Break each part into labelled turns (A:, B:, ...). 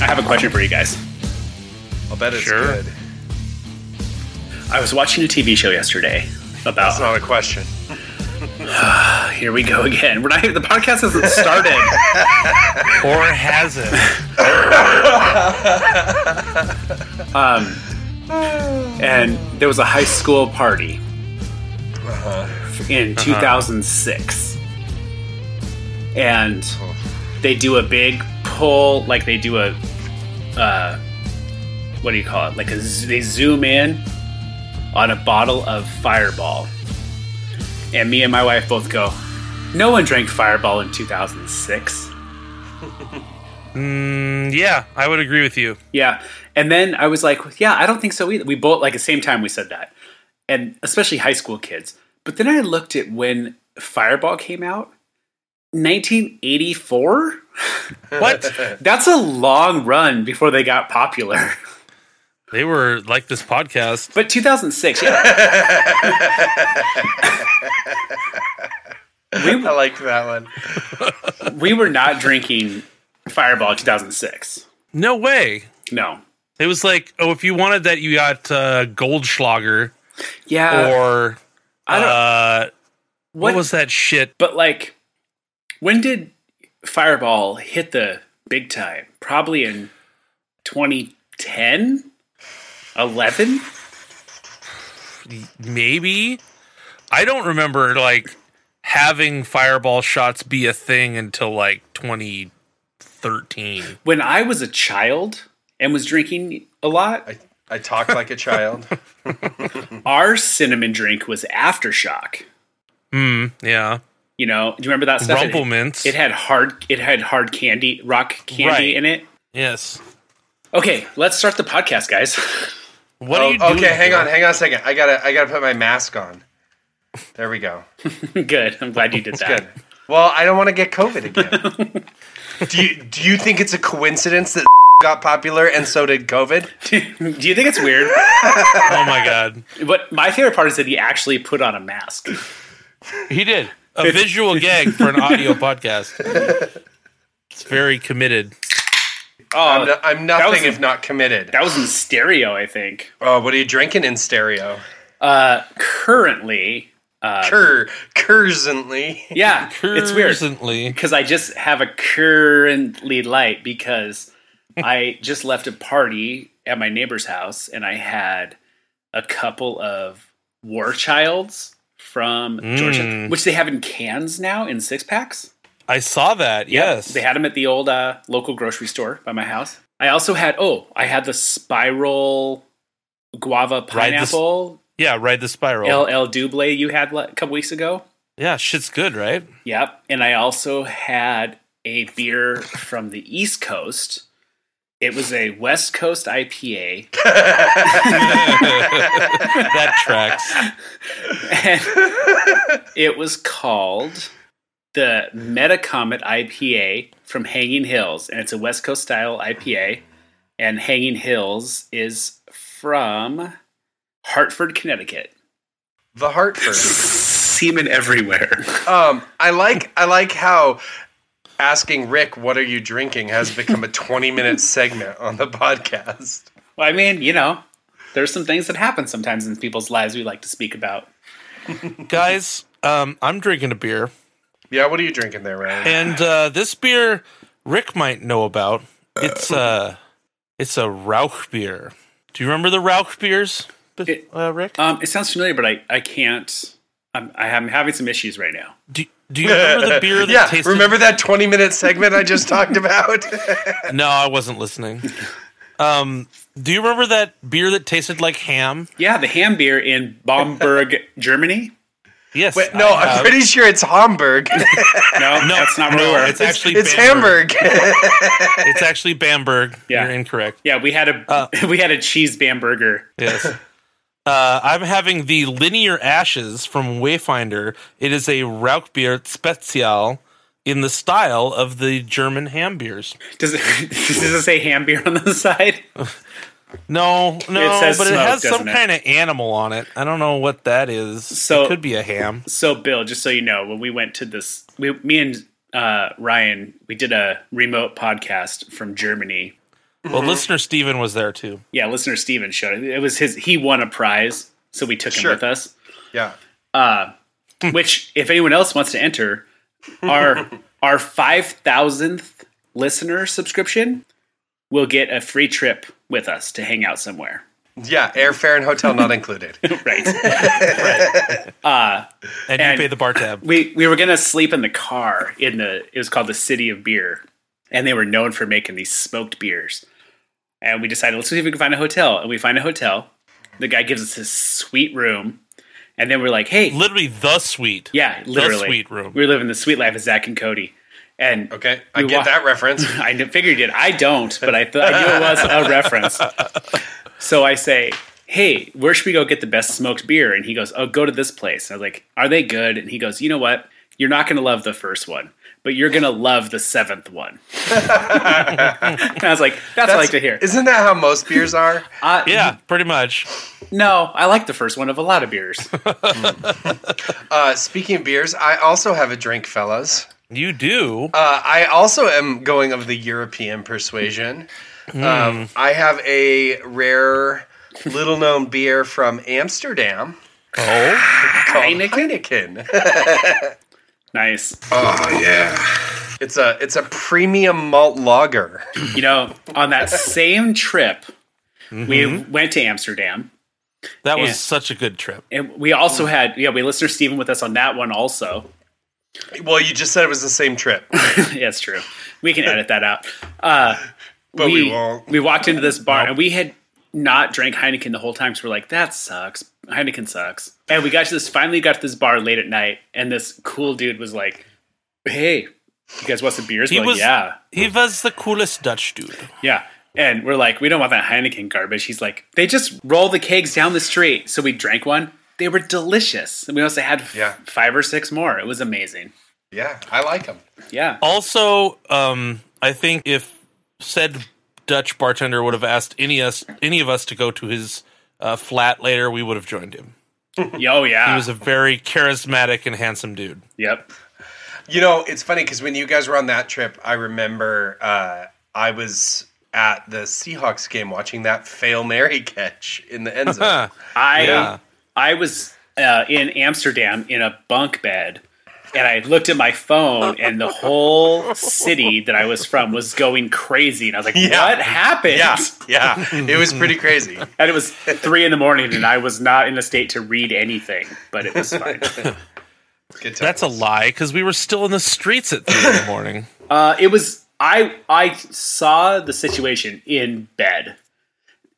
A: have a question for you guys.
B: I'll bet it's
C: Sure.
B: good.
A: I was watching a TV show yesterday
B: That's
A: about. oh,
B: not a question.
A: Here we go again. We're not. The podcast hasn't started.
C: Or has it?
A: and there was a high school party in 2006 and they do a big pull like they do a uh, what do you call it like a, z- they zoom in on a bottle of fireball and me and my wife both go no one drank fireball in 2006
C: Mm, yeah, I would agree with you.
A: Yeah. And then I was like, yeah, I don't think so either. We both, like, at the same time we said that. And especially high school kids. But then I looked at when Fireball came out 1984?
C: What?
A: That's a long run before they got popular.
C: they were like this podcast.
A: But 2006, yeah.
B: I like that one.
A: we were not drinking Fireball in 2006.
C: No way.
A: No.
C: It was like, oh, if you wanted that, you got uh, Goldschlager
A: Yeah.
C: or
A: Uh, I don't,
C: uh, what?
A: what-
C: was that shit?
A: But like, when did Fireball hit the big time? Probably in 2010, 11.
C: Maybe I don't remember like having fireball shots be a thing until like 2013.
A: When I was a child and was drinking a lot,
B: I, I talk like a child.
A: our cinnamon drink was aftershock.
C: Hmm. Yeah.
A: You know, do you remember that stuff? It-
C: Rumple mints.
A: It had hard. It had hard candy, rock candy
C: Right.
A: in it.
C: Yes.
A: Okay, let's start the podcast, guys.
C: What
B: Oh,
C: are you doing?
B: okay, hang
C: for?
B: on, hang on a second. I gotta I gotta put my mask on. There we go.
A: Good. I'm glad you did that.
B: Good. Well, I don't want to get COVID again. do you do you think it's a coincidence that got popular and so did COVID?
A: Do you think it's weird?
C: Oh my god.
A: But my favorite part is that he actually put on a mask.
C: He did a visual gag for an audio podcast. It's very committed. Uh,
B: I'm, no, I'm nothing
A: was-
B: if not committed.
A: That was in stereo, I think.
B: Oh, what are you drinking in stereo?
A: Uh, currently,
C: Uh,
B: Cur currently.
A: yeah, it's weird
C: Currently.
A: because I just have a currently light because I just left a party at my neighbor's house and I had a couple of war childs from
C: Mm.
A: Georgia, which they have in cans now in six packs.
C: I saw that. Yes.
A: They had them at the old uh, local grocery store by my house. I also had oh, I had the spiral guava
C: Ride the s-
A: pineapple
C: yeah. Ride the spiral.
A: LL Duble you had like, a couple weeks ago.
C: yeah. Shit's good, right?
A: Yep. And I also had a beer from the East Coast. It was a West Coast IPA.
C: that tracks.
A: And it was called the Metacomet IPA from Hanging Hills. And it's a West Coast style IPA. And Hanging Hills is from Hartford, Connecticut.
B: The Hartford.
A: Semen everywhere.
B: Um, I like I like how asking Rick what are you drinking has become a 20 minute segment on the podcast.
A: Well, I mean, you know, there's some things that happen sometimes in people's lives we like to speak about.
C: Guys, um, I'm drinking a beer,
B: Yeah, what are you drinking there, Ryan?
C: and uh, this beer Rick might know about. It's uh, it's a Rauch beer. Do you remember the Rauch beers, B-
A: It-
C: uh, Rick?
A: Um, it sounds familiar, but I, I can't. I'm, I'm having some issues right now.
C: Do, do you remember the beer that
B: Yeah,
C: tasted?
B: remember that 20 minute segment I just talked about?
C: No, I wasn't listening. Um, do you remember that beer that tasted like ham?
A: Yeah, the ham beer in Bamberg, Germany.
C: Yes.
B: Wait, no,
C: I
B: I'm
C: have.
B: pretty sure it's Hamburg.
A: No, no, that's not where
C: no,
A: we were.
C: It's actually
B: it's
C: Bamberg.
B: Hamburg.
C: It's actually Bamberg.
A: Yeah.
C: You're incorrect.
A: yeah, we had a we had a cheese Bamberger.
C: Yes. Uh, I'm having the Linear Ashes from Wayfinder. It is a Rauchbier Spezial in the style of the German ham beers.
A: Does it does it say ham beer on the side?
C: No, no,
A: It says
C: but it
A: smoke,
C: has some
A: doesn't it?
C: kind of animal on it. I don't know what that is.
A: So-
C: it could be a ham.
A: So, Bill, just so you know, when we went to this, we, me and uh, Ryan, we did a remote podcast from Germany,
C: Well, listener Steven was there too.
A: Yeah, listener Steven showed it. It was his. He won a prize, so we took him
B: Sure.
A: with us.
B: Yeah.
A: Which, if anyone else wants to enter, our our five thousandth listener subscription will get a free trip with us to hang out somewhere.
B: Yeah. Airfare and hotel not included.
A: Right.
C: And,
A: And-
C: you pay the bar tab.
A: we we were gonna sleep in the car in the it was called the City of Beer, and they were known for making these smoked beers. And we decided let's see if we can find a hotel, and we find a hotel. The guy gives us this sweet room, and then we're like, hey,
C: Literally the suite.
A: yeah, literally,
C: sweet room.
A: We're living the sweet life of Zach and Cody, and
B: Okay. I
A: We
B: get
A: wa-
B: that reference.
A: I kn- figured it. I don't, but I thought I knew it was a reference. So I say, "Hey, where should we go get the best smoked beer?" And he goes, "Oh, go to this place." And I was like, "Are they good?" And he goes, "You know what? You're not going to love the first one, but you're going to love the seventh one." and I was like, "That's, what I like to hear."
B: Isn't that how most beers are?
A: Uh,
C: Yeah, pretty much.
A: No, I like the first one of a lot of beers.
B: Uh, speaking of beers, I also have a drink, fellas.
C: You do.
B: Uh, I also am going of the European persuasion. Um, I have a rare, little known beer from Amsterdam
C: oh,
B: called
A: Heineken?
B: Heineken.
A: nice.
D: Oh yeah.
B: It's a it's a premium malt lager.
A: You know, on that same trip, we went to Amsterdam.
C: that was
A: Yeah.
C: such a good trip.
A: And we also had, yeah, we had listener Steven with us on that one also.
B: Well, you just said it was the same trip.
A: yeah, it's true. We can edit that out. Uh,
B: But we won't.
A: We walked into this bar and we had not drank Heineken the whole time. So we're like, that sucks. Heineken sucks. And we got to this, finally got to this bar late at night. And this cool dude was like, hey, you guys want some beers?
C: He
A: We're like,
C: was-
A: yeah.
C: He was the coolest Dutch dude.
A: Yeah. And we're like, we don't want that Heineken garbage. He's like, they just roll the kegs down the street. So we drank one. They were delicious. And we also had f-
B: Yeah.
A: five or six more. It was amazing.
B: Yeah, I like them.
A: Yeah.
C: Also, um, I think if said Dutch bartender would have asked any us any of us to go to his uh, flat later, we would have joined him.
A: Yo, Oh, yeah.
C: He was a very charismatic and handsome dude.
A: yep.
B: You know, it's funny because when you guys were on that trip, I remember uh, I was at the Seahawks game watching that fail Mary catch in the end zone.
A: I
C: Yeah.
A: I was uh, in Amsterdam in a bunk bed, and I looked at my phone, and the whole city that I was from was going crazy, and I was like,
B: Yeah.
A: "What happened?"
B: yeah, yeah, it was pretty crazy.
A: And it was three in the morning, and I was not in a state to read anything, but it was fine.
B: Good times.
C: That's a lie because we were still in the streets at three in the morning.
A: Uh, it was I I saw the situation in bed.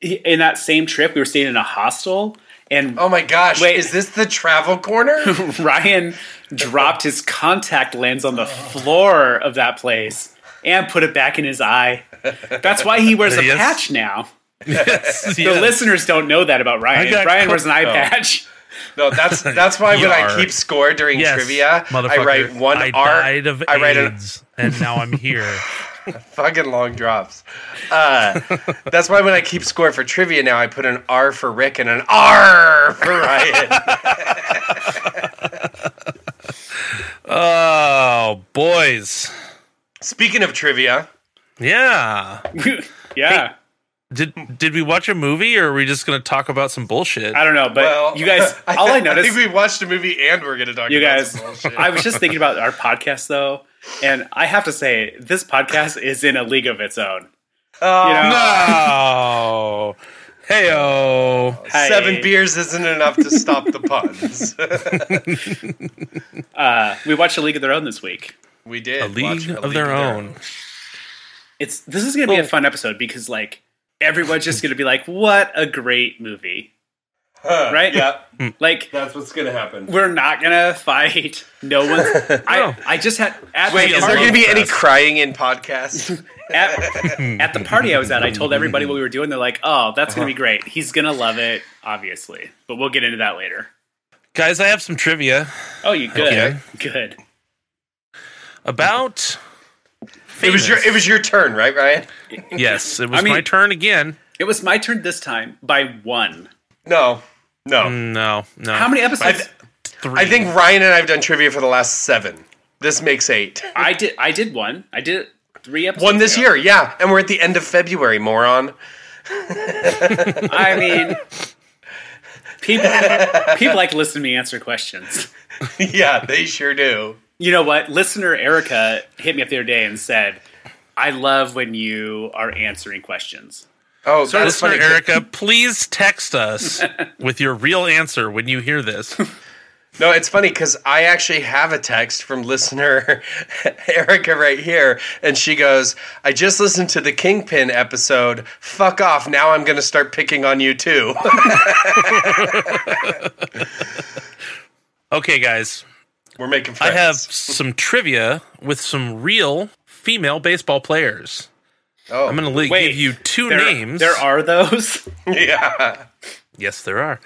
A: In that same trip, we were staying in a hostel, and
B: Oh my gosh!
A: Wait.
B: is this the travel corner?
A: Ryan dropped his contact lens on the floor of that place and put it back in his eye. That's why he wears a
C: Yes.
A: patch now.
C: Yes,
A: The
C: yes.
A: listeners don't know that about Ryan.
C: I got
A: Ryan
C: co-
A: wears an eye
B: Oh.
A: patch.
B: no, that's that's why when I
C: Yar.
B: keep score during
E: Yes,
B: trivia, I
E: motherfucker.
B: write one
E: I
B: R.
E: died of
B: I write an
E: AIDS, and now I'm here.
B: fucking long drops. Uh, that's why when I keep score for trivia now, I put an R for Rick and an R for Ryan.
C: Oh, boys.
B: Speaking of trivia,
C: Yeah.
A: yeah.
C: Did did we watch a movie or are we just going to talk about some bullshit?
A: I don't know, but
B: well,
A: you guys, all I noticed,
B: think we watched a movie and we're gonna talk.
A: you
B: about
A: guys,
B: some bullshit.
A: I was just thinking about our podcast though, and I have to say, this podcast is in a league of its own.
B: Oh,
A: You know,
C: No. hey oh.
A: I-
B: seven beers isn't enough to stop the puns.
A: Uh, we watched a league of their own this week.
B: we did
C: A
B: watch
C: league of their own.
A: it's this is gonna be a fun episode because like everyone's just gonna be like, what a great movie,
B: Huh,
A: right?
B: Yeah,
A: Like
B: that's what's gonna happen.
A: we're not gonna fight. No one's. I I just had at
B: Wait,
A: the
B: is there
A: party,
B: gonna be any crying in podcasts?
A: at, at the party I was at. I told everybody what we were doing. They're like, oh, that's gonna be
B: Uh-huh.
A: great. He's gonna love it, obviously. But we'll get into that later.
C: Guys, I have some trivia
A: Oh, you good?
C: Okay.
A: Good.
C: about
B: It was your it was your turn, right, Ryan?
C: Yes, it was
A: I mean-
C: my turn again.
A: It was my turn this time by one.
B: No, no.
C: No, no.
A: How many episodes?
C: Three.
B: I think Ryan and I have done trivia for the last seven. This makes eight.
A: I did. I did one. I did it three episodes.
B: One this
A: ago.
B: year, yeah. And we're at the end of February, moron.
A: I mean, people people like to listen to me answer questions.
B: yeah, they sure do.
A: You know what? Listener Erica hit me up the other day and said, "I love when you are answering questions."
B: Oh, that's
C: Listener
B: funny.
C: Erica, please text us with your real answer when you hear this.
B: No, it's funny because I actually have a text from listener Erica right here, and she goes, "I just listened to the Kingpin episode. Fuck off! Now I'm going to start picking on you too."
C: Okay, guys,
B: We're making
C: I
B: friends.
C: have some trivia with some real female baseball players.
B: Oh,
C: I'm going to
A: Wait,
C: give you two
A: There,
C: names.
A: There are those.
B: yeah.
C: Yes, there are.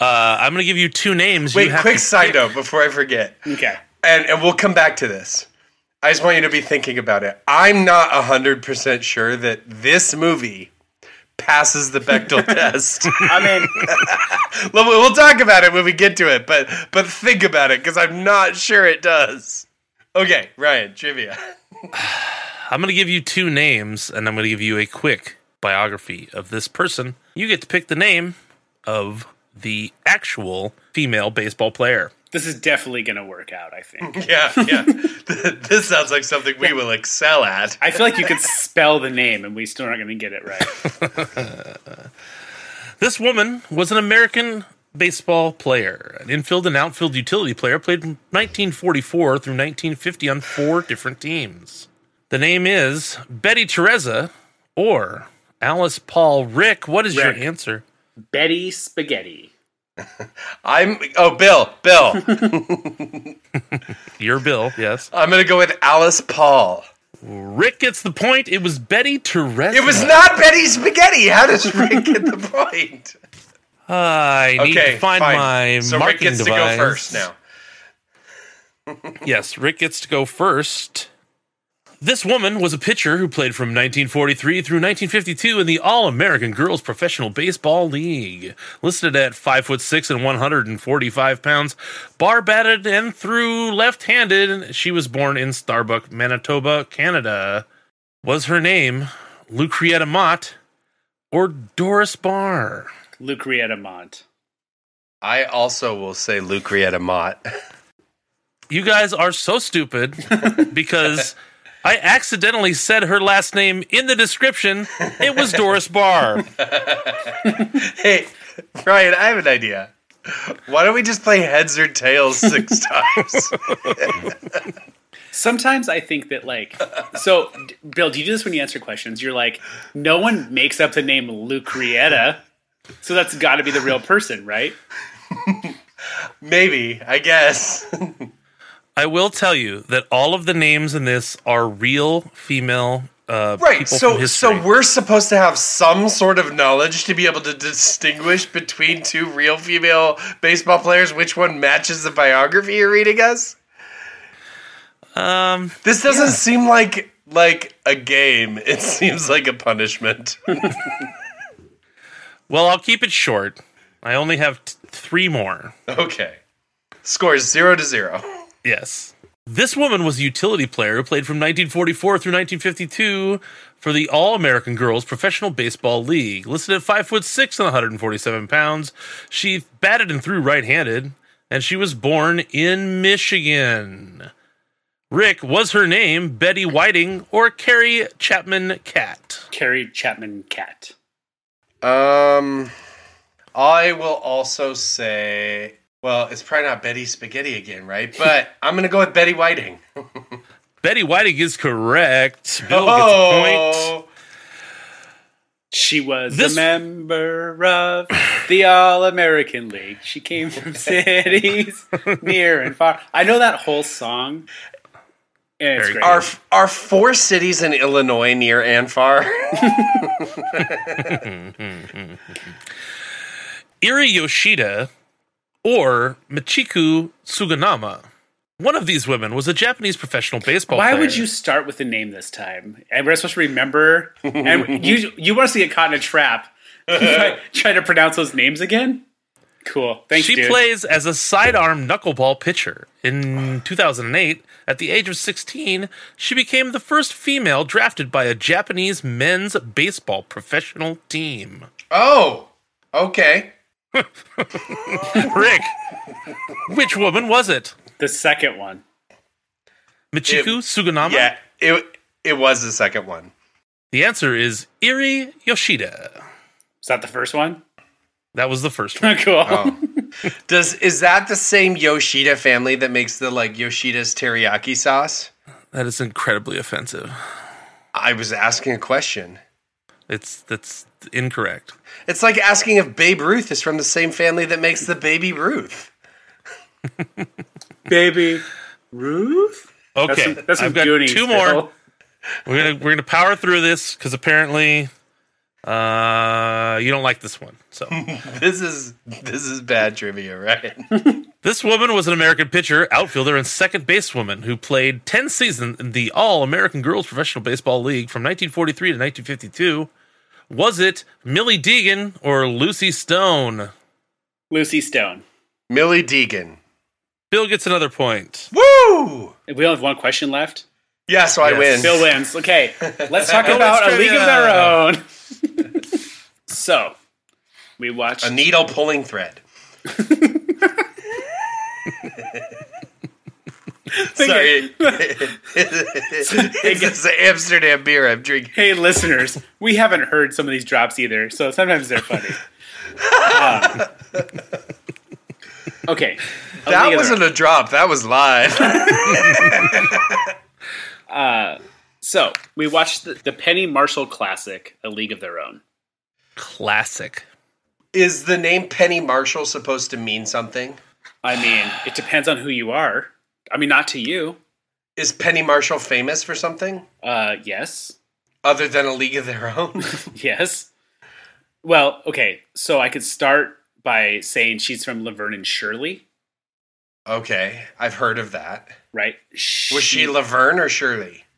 C: Uh, I'm going to give you two names.
B: Wait,
C: you have
B: quick
C: to-
B: side note before I forget,
A: Okay.
B: and and we'll come back to this. I just want you to be thinking about it. I'm not hundred percent sure that this movie passes the Bechtel test.
A: I mean,
B: Well, we'll talk about it when we get to it, but but think about it because I'm not sure it does. Okay, Ryan, trivia.
C: I'm going to give you two names, and I'm going to give you a quick biography of this person. You get to pick the name of the actual female baseball player.
A: this is definitely going to work out. I think.
B: Yeah, yeah. Th- this sounds like something we will excel at.
A: I feel like you could spell the name, and we still aren't going to get it right.
C: This woman was an American baseball player, an infield and outfield utility player, played from 1944 through 1950 on four different teams. The name is Betty Teresa or Alice Paul Rick. What is
A: Rick.
C: your answer?
A: Betty Spaghetti.
B: I'm oh Bill, Bill.
C: Your bill, yes.
B: I'm gonna go with Alice Paul.
C: Rick gets the point. It was Betty Teresa.
B: It was not Betty Spaghetti. How does Rick get the point?
C: Ah, I need
B: Okay,
C: to find
B: fine.
C: my
B: so Rick
C: marking
B: gets
C: device.
B: to go first now.
C: Yes, Rick gets to go first. This woman was a pitcher who played from 1943 through 1952 in the All-American Girls Professional Baseball League. Listed at 5 foot 6 and 145 pounds, bar batted and threw left-handed, she was born in Starbuck, Manitoba, Canada. Was her name Lucretta Mott or Doris Barr?
A: Lucretta Mont.
B: I also will say Lucretta Mott.
C: You guys are so stupid because I accidentally said her last name in the description. It was Doris Barr.
B: hey, Ryan, I have an idea. Why don't we just play heads or tails six times?
A: Sometimes I think that like so d- Bill, do you do this when you answer questions? You're like, no one makes up the name Lucretta. So that's gotta be the real person, right?
B: Maybe, I guess.
C: I will tell you that all of the names in this are real female uh,
B: Right.
C: people
B: So
C: from history.
B: so we're supposed to have some sort of knowledge to be able to distinguish between two real female baseball players which one matches the biography you're reading us?
C: um,
B: This doesn't seem like like a game. It seems like a punishment.
C: well, I'll keep it short. I only have t- three more.
B: okay. Scores 0 to 0.
C: Yes. This woman was a utility player who played from 1944 through 1952 for the All American Girls Professional Baseball League. Listed at five foot six and 147 pounds, she batted and threw right-handed, and she was born in Michigan. Rick was her name Betty Whiting or Carrie Chapman Cat.
A: Carrie Chapman Cat.
B: Um I will also say well, it's probably not Betty Spaghetti again, right? But I'm going to go with Betty Whiting.
C: Betty Whiting is correct. Bill Oh, gets a point.
B: Oh.
A: She was
C: This-
A: a member of the All American League. She came from cities near and far. I know that whole song. And it's
C: Very
A: great.
C: good.
B: Are are four cities in Illinois near and far?
C: Iri Yoshida or Michiku Suganama. One of these women was a Japanese professional baseball
A: Why
C: player.
A: would you start with the name this time? And we're supposed to remember. And you you want us to get caught in a trap by trying to pronounce those names again? Cool. Thanks,
C: she
A: dude.
C: plays as a sidearm knuckleball pitcher. In 2008, at the age of 16, she became the first female drafted by a Japanese men's baseball professional team.
B: Oh, okay.
C: Rick, which woman was it?
A: the second one.
C: Michiku Suganama?
B: Yeah, it it was the second one.
C: The answer is Iri Yoshida.
A: Is that the first one?
C: That was the first one.
A: cool.
B: Does is that the same Yoshida family that makes the like Yoshida's teriyaki sauce?
C: That is incredibly offensive.
B: I was asking a question.
C: It's that's incorrect.
B: It's like asking if Babe Ruth is from the same family that makes the Baby Ruth.
A: Baby Ruth? That's
C: Okay,
A: some, that's some
C: I've got
A: Goonies,
C: two more.
A: Bill.
C: We're gonna we're gonna power through this because apparently, uh, you don't like this one. So
B: This is this is bad trivia, right?
C: this woman was an American pitcher, outfielder, and second basewoman who played ten seasons in the All American Girls Professional Baseball League from 1943 to 1952. Was it Millie Deegan or Lucy Stone?
A: Lucy Stone.
B: Millie Deegan.
C: Bill gets another point.
B: Woo!
A: We only have one question left.
B: Yeah, so I
C: Yes.
B: win.
A: Bill wins. Okay, let's talk
C: Bill
A: about
C: wins
A: A League of
C: trivia.
A: Their Own. so, we watched.
B: a needle pulling thread. Sorry. it's just the Amsterdam beer I'm drinking.
A: hey, listeners, we haven't heard some of these drops either, so sometimes they're funny. Um, okay. A League
B: That
A: of Their
B: wasn't a drop. That was live.
A: So we watched the, the Penny Marshall classic, A League of Their Own.
C: Classic.
B: Is the name Penny Marshall supposed to mean something?
A: I mean, it depends on who you are. I mean, not to you.
B: Is Penny Marshall famous for something
A: Uh, yes,
B: other than a league of their own?
A: yes. Well, okay. So I could start by saying she's from Laverne and Shirley,
B: okay, I've heard of that.
A: right?
B: Was she Laverne or Shirley?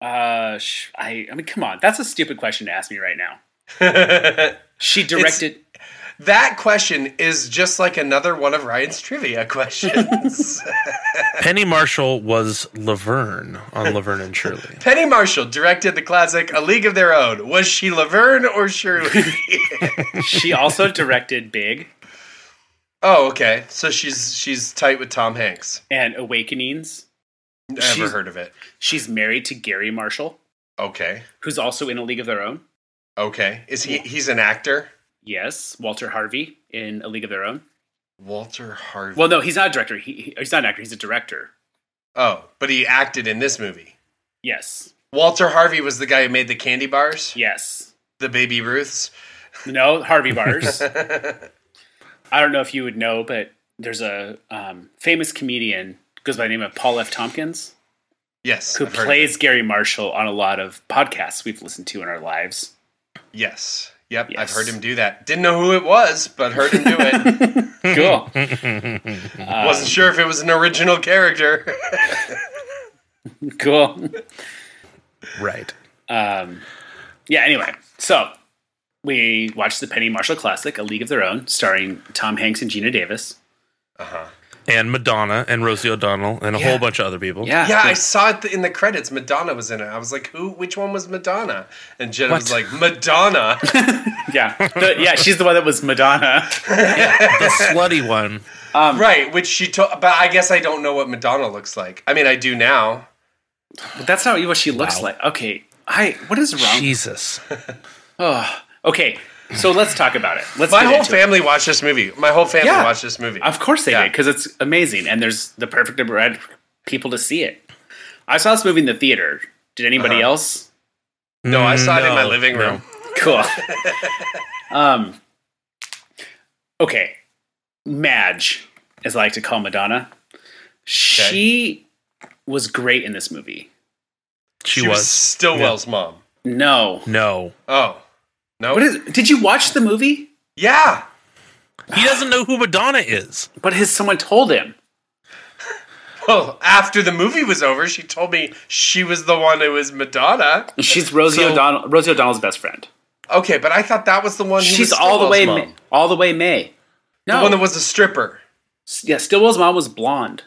A: Uh, sh- I. I mean, come on. That's a stupid question to ask me right now.
B: that
A: She directed.
B: question is just like another one of Ryan's trivia questions.
C: Penny Marshall was Laverne on Laverne and Shirley.
B: Penny Marshall directed the classic A League of Their Own. Was she Laverne or Shirley?
A: she also directed Big
B: oh, okay. So she's she's tight with Tom Hanks.
A: and Awakenings.
B: Never
A: She's-
B: heard of it.
A: She's married to Gary Marshall,
B: Okay.
A: who's also in A League of Their Own.
B: Okay. Is he he's an actor?
A: Yes, Walter Harvey in A League of Their Own.
B: Walter Harvey.
A: Well, no, he's not a director. He, he- he's not an actor. He's a director.
B: oh, but he acted in this movie.
A: Yes,
B: Walter Harvey was the guy who made the candy bars,
A: yes.
B: the baby Ruths.
A: No, Harvey Bars. I don't know if you would know, but there's a um, famous comedian goes by the name of Paul F. Tompkins
B: Yes.
A: who
B: I've heard of
A: plays Gary Marshall on a lot of podcasts we've listened to in our lives.
B: it. Yes. Yep. I've
A: Yes.
B: heard him do that. Didn't know who it was, but heard him do it.
A: Cool.
B: Wasn't sure if it was an original character.
A: cool.
C: Right.
A: Um, yeah. Anyway, so we watched the Penny Marshall classic, A League of Their Own, starring Tom Hanks and Gina Davis.
C: And Madonna and Rosie O'Donnell and a whole bunch of other people.
B: yeah, I saw it in the credits. Madonna was in it. I was like, who? Which one was Madonna? And Jenna was like, Madonna.
A: yeah, The- yeah. She's the one that was Madonna.
C: The slutty one.
B: right. Which she told. But I guess I don't know what Madonna looks like. I mean, I do now.
A: But that's not what she looks
C: Wow.
A: like. Okay, I what is wrong?
C: Jesus.
A: Ugh. Okay, so let's talk about it. Let's
B: My
A: get
B: whole
A: into it.
B: family watched this movie. My whole family
A: Yeah.
B: watched this movie.
A: Of course they
B: Yeah.
A: did because it's amazing, and there's the perfect number of people to see it. I saw this movie in the theater. Did anybody
B: Uh-huh.
A: else?
B: no, I saw it in my
C: No,
B: living
C: no.
B: room.
A: Cool. um. Okay, Madge, as I like to call Madonna, she was great in this movie.
C: She,
B: She
C: was.
B: was Stillwell's mom.
A: No,
C: No.
B: Oh. No.
A: what is? Did you watch the movie?
B: Yeah.
C: He doesn't know who Madonna is.
A: But has someone told him?
B: Well, after the movie was over, she told me she was the one who was Madonna.
A: She's Rosie
C: So-
A: O'Donnell. Rosie O'Donnell's best friend.
B: Okay, but I thought that was the one. Who
A: She's
B: was
A: all the
B: Stillwell's
A: way,
B: mom.
A: May, all the way May.
B: The one that was a stripper.
A: yeah, Stillwell's mom was blonde.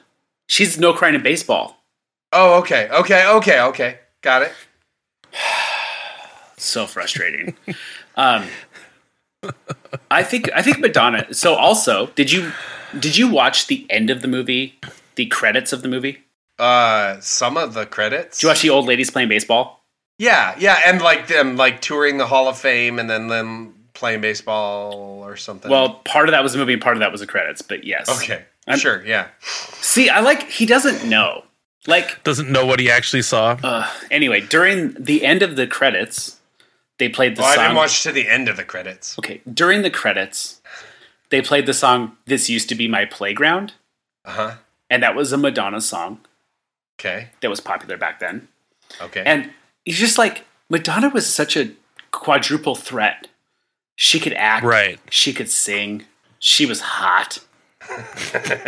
A: She's no crying in baseball.
B: Oh, okay, okay, okay, okay. Got it.
A: so frustrating. um, I think I think Madonna. So also, did you did you watch the end of the movie, the credits of the movie?
B: Uh, some of the credits.
A: Did you watch the old ladies playing baseball?
B: Yeah, yeah, and like them like touring the Hall of Fame and then them playing baseball or something.
A: Well, part of that was the movie, and part of that was the credits. But yes,
B: okay,
A: I'm-
B: sure, yeah.
A: See, I like he doesn't know. Like
C: Doesn't know what he actually saw.
A: uh, anyway, during the end of the credits, they played the
B: Well, Oh, I
A: song.
B: didn't watch to the end of the credits.
A: okay, during the credits, they played the song "This Used to Be My Playground,"
B: Uh huh.
A: and that was a Madonna song
B: Okay.
A: that was popular back then.
B: Okay.
A: And he's just like Madonna was such a quadruple threat. She could act,
C: Right.
A: She could sing. She was hot.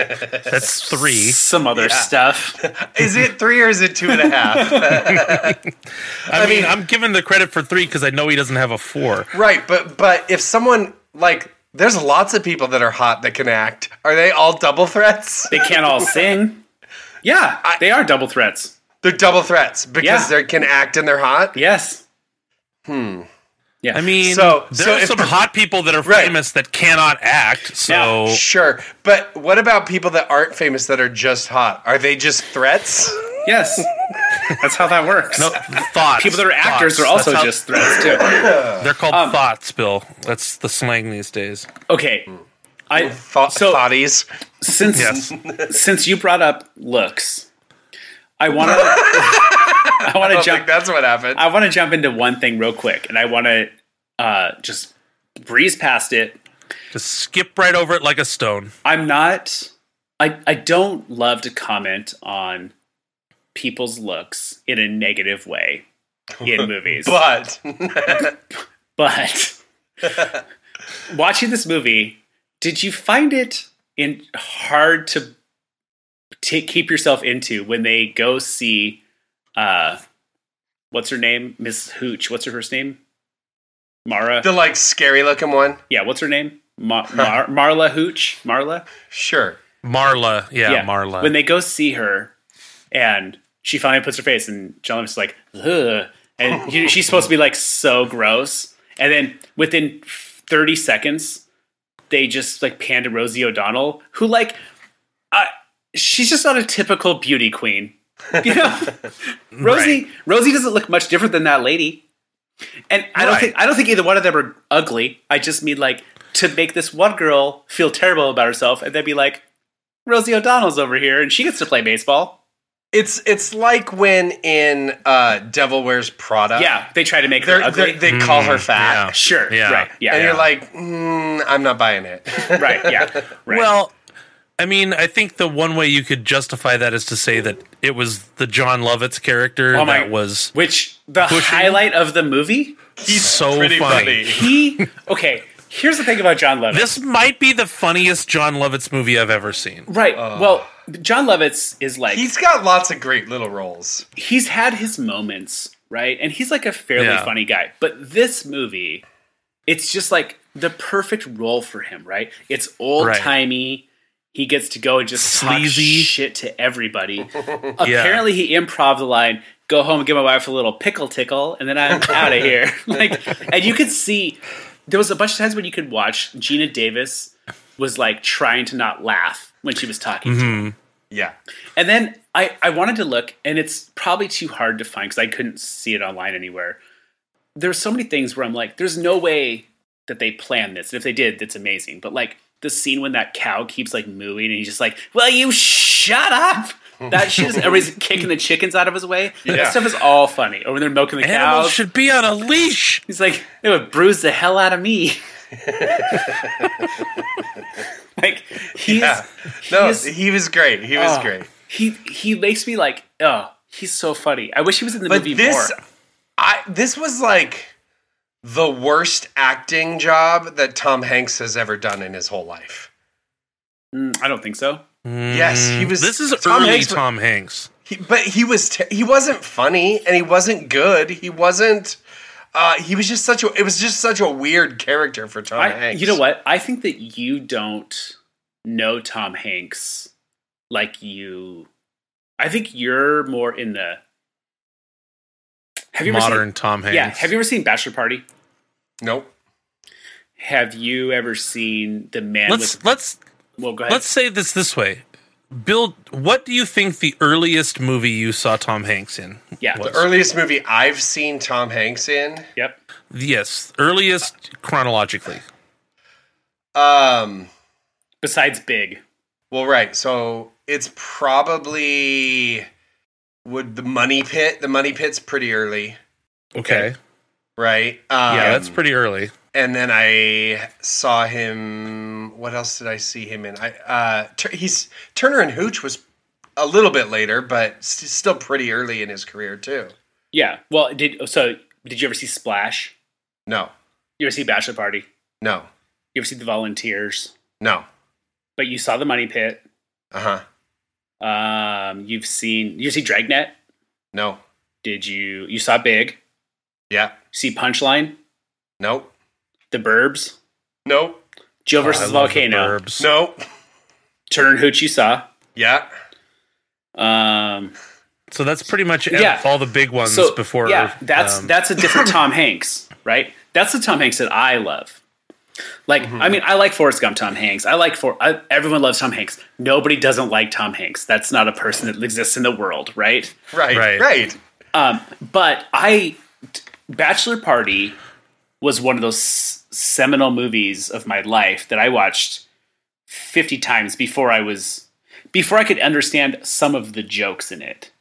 C: That's three.
A: Some other stuff.
B: is it three or is it two and a half?
C: I, mean,
B: mean-
C: I'm giving the credit for three because I know he doesn't have a four.
B: right, but but if someone like there's lots of people that are hot that can act. Are they all double threats?
A: They can't all sing. Yeah, they are double threats.
B: They're double threats because
A: Yeah.
B: they can act and they're hot.
A: Yes. Hmm. Yeah.
C: I mean,
B: So-
C: there
B: so
C: are
B: if
C: some
B: the-
C: hot people that are
B: Right.
C: famous that cannot act. So
B: Sure, but what about people that aren't famous that are just hot? Are they just threats?
A: yes. That's how that works.
C: no, thoughts.
A: People that are actors are
C: Thoughts.
A: also
C: That's how-
A: just threats too.
C: they're called
B: um,
C: thoughts. Bill, that's the slang these days.
A: Okay. I
B: Thought
A: So-
B: thoughties.
A: since
C: Yes.
A: since you brought up looks, I want to I want to
B: I don't
A: jump
B: think that's what happened.
A: I want to jump into one thing real quick, and I want to uh, just breeze past it.
C: Just skip right over it like a stone.
A: I'm not. I I don't love to comment on people's looks in a negative way in movies, but,
B: but
A: watching this movie, did you find it in hard to ta- keep yourself into when they go see uh, what's her name, Miss Hooch? What's her first name? Mara.
B: the like scary looking one,
A: Yeah, what's her name? Mar- Mar- Marla Hooch. Marla.
B: sure.
C: Marla, yeah, Marla.
A: When they go see her, and she finally puts her face, and John Levitt's like, Ugh. and you- she's supposed to be like so gross, and then within thirty seconds, they just like pan to Rosie O'Donnell, who like, I, she's just not a typical beauty queen. You know, Rosie. Rosie doesn't look much different than that lady. And I don't
C: Right.
A: think I don't think either one of them are ugly. I just mean like to make this one girl feel terrible about herself, and then be like, Rosie O'Donnell's over here, and she gets to play baseball.
B: It's it's like when in uh, Devil Wears Prada,
A: yeah, they try to make her
B: Uh, they're,
A: ugly.
B: they're, they call her fat,
C: Mm, yeah.
A: sure,
C: Yeah.
A: right, yeah,
B: and
A: yeah,
B: you're like, mm, I'm not buying it.
A: right, yeah, right.
C: Well, I mean, I think the one way you could justify that is to say that it was the John Lovitz character
A: Oh my-
C: that was
A: which the highlight of the movie?
C: he's so
B: pretty funny.
A: He okay. Here's the thing about John Lovitz.
C: This might be the funniest John Lovitz movie I've ever seen.
A: right. well, John Lovitz is like
B: He's got lots of great little roles.
A: he's had his moments, right? And he's like a fairly
C: Yeah.
A: funny guy. But this movie, it's just like the perfect role for him, right? It's old timey. He gets to go and just
C: Sleazy.
A: talk shit to everybody. Apparently, he improv the line, "Go home and give my wife a little pickle tickle, and then I'm out of here." like, and you could see there was a bunch of times when you could watch Gina Davis was like trying to not laugh when she was talking to
B: Yeah,
A: and then I, I wanted to look, and it's probably too hard to find because I couldn't see it online anywhere. There's so many things where I'm like, there's no way that they planned this. And if they did, that's amazing. But like the scene when that cow keeps like mooing and he's just like, Well, you shut up. That shit is everybody's kicking the chickens out of his way.
B: Yeah.
A: That stuff is all funny. Or when they're milking the
C: Animals
A: cows.
C: should be on a leash.
A: he's like, it would bruise the hell out of me. like he's
B: yeah. No,
A: he's-
B: he was great. He was
A: Oh,
B: great.
A: He he makes me like, oh, he's so funny. I wish he was in the
B: But
A: movie
B: this,
A: more.
B: I this was like the worst acting job that Tom Hanks has ever done in his whole life.
A: Mm, I don't think so.
B: Yes, he was.
C: Mm, This is
B: Tom
C: early
B: Hanks was-
C: Tom Hanks.
B: He, but he was te- he wasn't funny and he wasn't good. He wasn't Uh, he was just such a. It was just such a weird character for
C: Oh,
B: Tom
A: I,
B: Hanks.
A: you know what? I think that you don't know Tom Hanks like you. I think you're more in the. Have you
C: Modern
A: Ever
C: Tom Hanks.
A: seen, yeah. Have you ever seen Bachelor Party?
B: Nope.
A: Have you ever seen the man
C: let's
A: with?
C: let's
A: Well, go ahead.
C: let's say this this way. Bill, what do you think the earliest movie you saw Tom Hanks in?
A: yeah.
C: What?
B: The earliest movie I've seen Tom Hanks in.
A: Yep.
C: Yes, earliest chronologically.
B: Um.
A: Besides Big.
B: Well, right. So it's probably would the Money Pit. The Money Pit's pretty early,
C: Okay.
B: right? Um,
C: Yeah, that's pretty early.
B: And then I saw him. What else did I see him in? I uh, Tur- he's Turner and Hooch was a little bit later, but s- still pretty early in his career too.
A: Yeah. Well, did so? Did you ever see Splash?
B: No,
A: You ever see Bachelor Party?
B: no,
A: You ever see The Volunteers?
B: no.
A: But you saw The Money Pit.
B: Uh huh.
A: Um, you've seen you see Dragnet.
B: No.
A: Did you you saw Big?
B: Yeah.
A: See Punchline,
B: Nope.
A: The Burbs,
B: Nope.
A: Joe
C: Oh, I
A: versus
C: love the
A: Volcano,
C: Burbs.
B: Nope.
A: Turner and Hooch. You saw.
B: Yeah.
A: Um,
C: So that's pretty much
A: Yeah.
C: all the big ones
A: so
C: before.
A: yeah, that's
C: um,
A: that's a different Tom Hanks, right? That's the Tom Hanks that I love. Like,
C: Mm-hmm.
A: I mean, I like Forrest Gump, Tom Hanks. I like for I, everyone loves Tom Hanks. Nobody doesn't like Tom Hanks. That's not a person that exists in the world, right?
B: Right.
C: Right.
B: Right.
A: Um, but I, t- Bachelor Party was one of those s- seminal movies of my life that I watched 50 times before I was, before I could understand some of the jokes in it.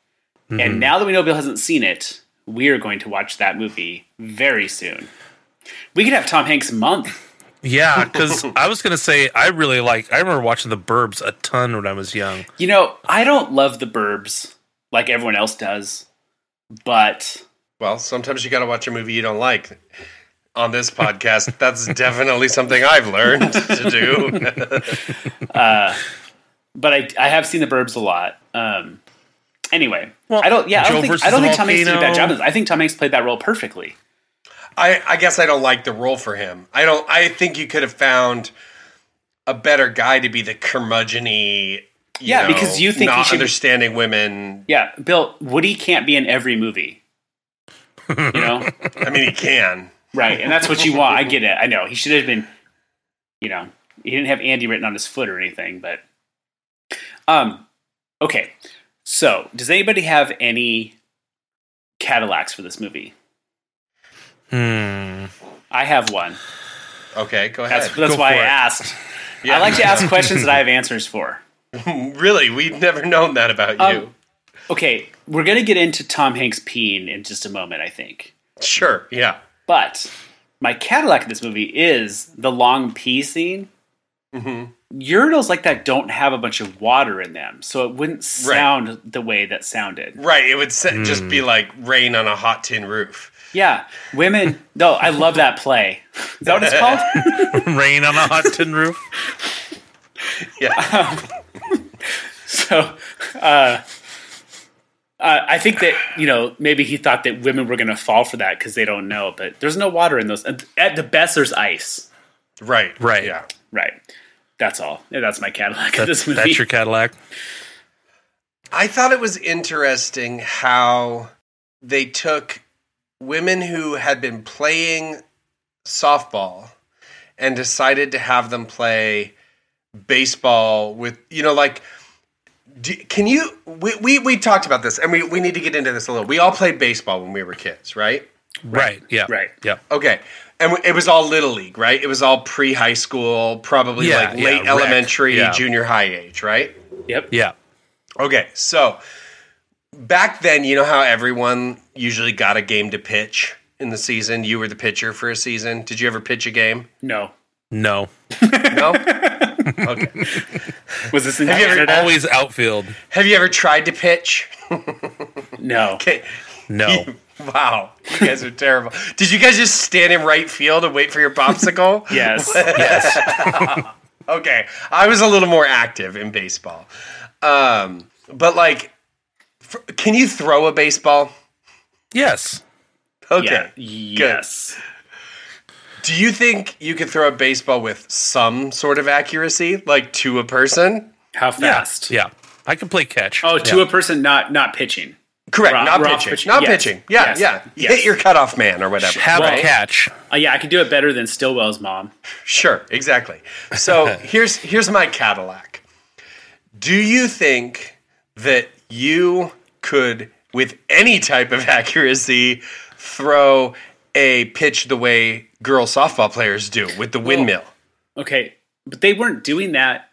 A: And now that we know Bill hasn't seen it, we are going to watch that movie very soon. We could have Tom Hanks month.
C: yeah. Because I was gonna say I really like. I remember watching The Burbs a ton when I was young.
A: You know, I don't love the burbs like everyone else does, but
B: Well, sometimes you got to watch a movie you don't like. On this podcast, that's definitely something I've learned to do.
A: but I, I have seen the Burbs a lot. Um, anyway,
C: Well,
A: I don't. Yeah, I
C: Joe
A: don't think, I
C: versus
A: don't think Tom Hanks did a bad
C: Volcano.
A: job. in this. I think Tom Hanks played that role perfectly.
B: I, I guess I don't like the role for him. I don't. I think you could have found a better guy to be the curmudgeony. You
A: Yeah,
B: know,
A: because you think he
B: not
A: should-
B: understanding women.
A: Yeah, Bill Woody can't be in every movie. You know,
B: I mean, he can.
A: right? And that's what you want. I get it. I know he should have been. You know, he didn't have Andy written on his foot or anything, but. Um, okay. So, does anybody have any Cadillacs for this movie?
C: Hmm.
A: I have one.
B: Okay, go ahead.
A: That's that's
C: Go
A: why I
C: for it.
A: asked.
B: Yeah.
A: I like to ask questions that I have answers for.
B: really, we've never known that about
A: Um,
B: you.
A: Okay, we're gonna get into Tom Hanks peeing in just a moment, I think.
B: Sure. Yeah.
A: But my Cadillac in this movie is the long pee scene.
B: hmm
A: Urinals like that don't have a bunch of water in them, so it wouldn't sound the way that sounded.
B: Right. It would se- just
A: Hmm.
B: be like rain on a hot tin roof.
A: Yeah, women. no, I love that play. Is that what it's called?
C: Rain on a hot tin roof.
B: Yeah.
A: so, uh, uh, I think that you know maybe he thought that women were gonna fall for that because they don't know, but there's no water in those. At- At the best, there's ice.
B: right.
C: Right.
B: Yeah.
A: Right. That's all. Yeah, That's my Cadillac of this movie.
C: That's your Cadillac.
B: I thought it was interesting how they took women who had been playing softball and decided to have them play baseball with you know like do, can you we, we we talked about this and we we need to get into this a little. We all played baseball when we were kids, right?
C: Right. Yeah.
A: Right.
C: Yeah.
B: Okay. And it was all little league, right? It was all pre high school, probably
C: Yeah,
B: like
C: yeah,
B: late
C: rec,
B: elementary,
C: yeah.
B: junior high age, right?
A: Yep.
C: Yeah.
B: Okay, so back then, you know how everyone usually got a game to pitch in the season. You were the pitcher for a season. Did you ever pitch a game?
A: No.
C: No.
B: No. okay.
A: Was this in
B: you ever
A: Canada?
C: Always outfield.
B: Have you ever tried to pitch?
A: no.
B: Okay.
C: No.
B: Wow, you guys are terrible. Did you guys just stand in right field and wait for your popsicle?
A: Yes. yes.
B: Okay, I was a little more active in baseball, um, but like, f- can you throw a baseball?
C: yes.
B: Okay.
A: Yeah.
B: good.
A: Yes.
B: Do you think you could throw a baseball with some sort of accuracy, like to a person?
A: How fast?
C: Yeah. I can play catch.
A: Oh, to
C: yeah.
A: a person not not pitching.
B: Correct.
A: Ra-
B: not
A: raw
B: pitching.
A: pitching,
B: Not
A: yes,
B: pitching. Yeah,
A: yes,
B: yeah.
A: yes.
B: Hit your cutoff man or whatever.
C: have
A: Right.
C: a catch.
A: Uh, yeah, I could do it better than Stillwell's mom.
B: Sure, exactly. So here's here's my Cadillac. Do you think that you could, with any type of accuracy, throw a pitch the way girl softball players do with the windmill?
A: Okay, but they weren't doing that.